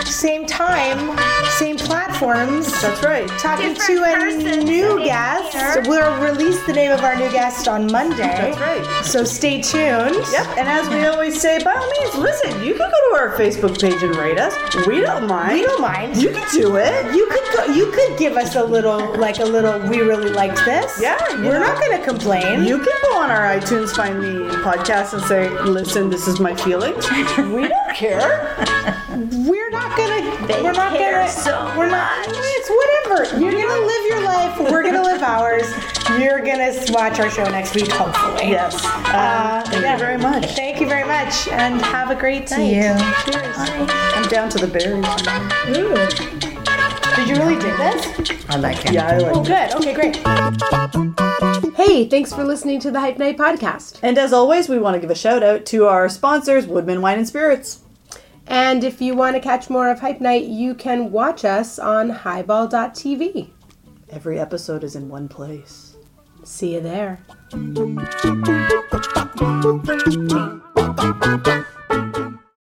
same time, same platforms. That's right. talking to a new guest. We'll release the name of our new guest on Monday. That's right. So stay tuned. Yep. And as we always say, by all means, listen. You can go to our Facebook page and rate us. We don't mind. We don't mind. You can do it. You could go, you could give us a little like a little we really liked this. Yeah, you We're know. not gonna complain. You can go on our iTunes, find the podcast, and say, "Listen, this is my feelings." we don't care. we're not gonna we're not care gonna so we're not it's whatever. You're gonna live your life, we're gonna live ours. You're gonna watch our show next week, hopefully. Yes. Um, thank yeah. you very much. Thank you very much and have a great night. you. Cheers. I'm down to the berries. Did you really dig this? I like it. Yeah, I like. Oh, good. Okay, great. Hey, thanks for listening to the Hype Night podcast. And as always, we want to give a shout out to our sponsors, Woodman Wine and Spirits. And if you want to catch more of Hype Night, you can watch us on highball.tv. Every episode is in one place. See you there.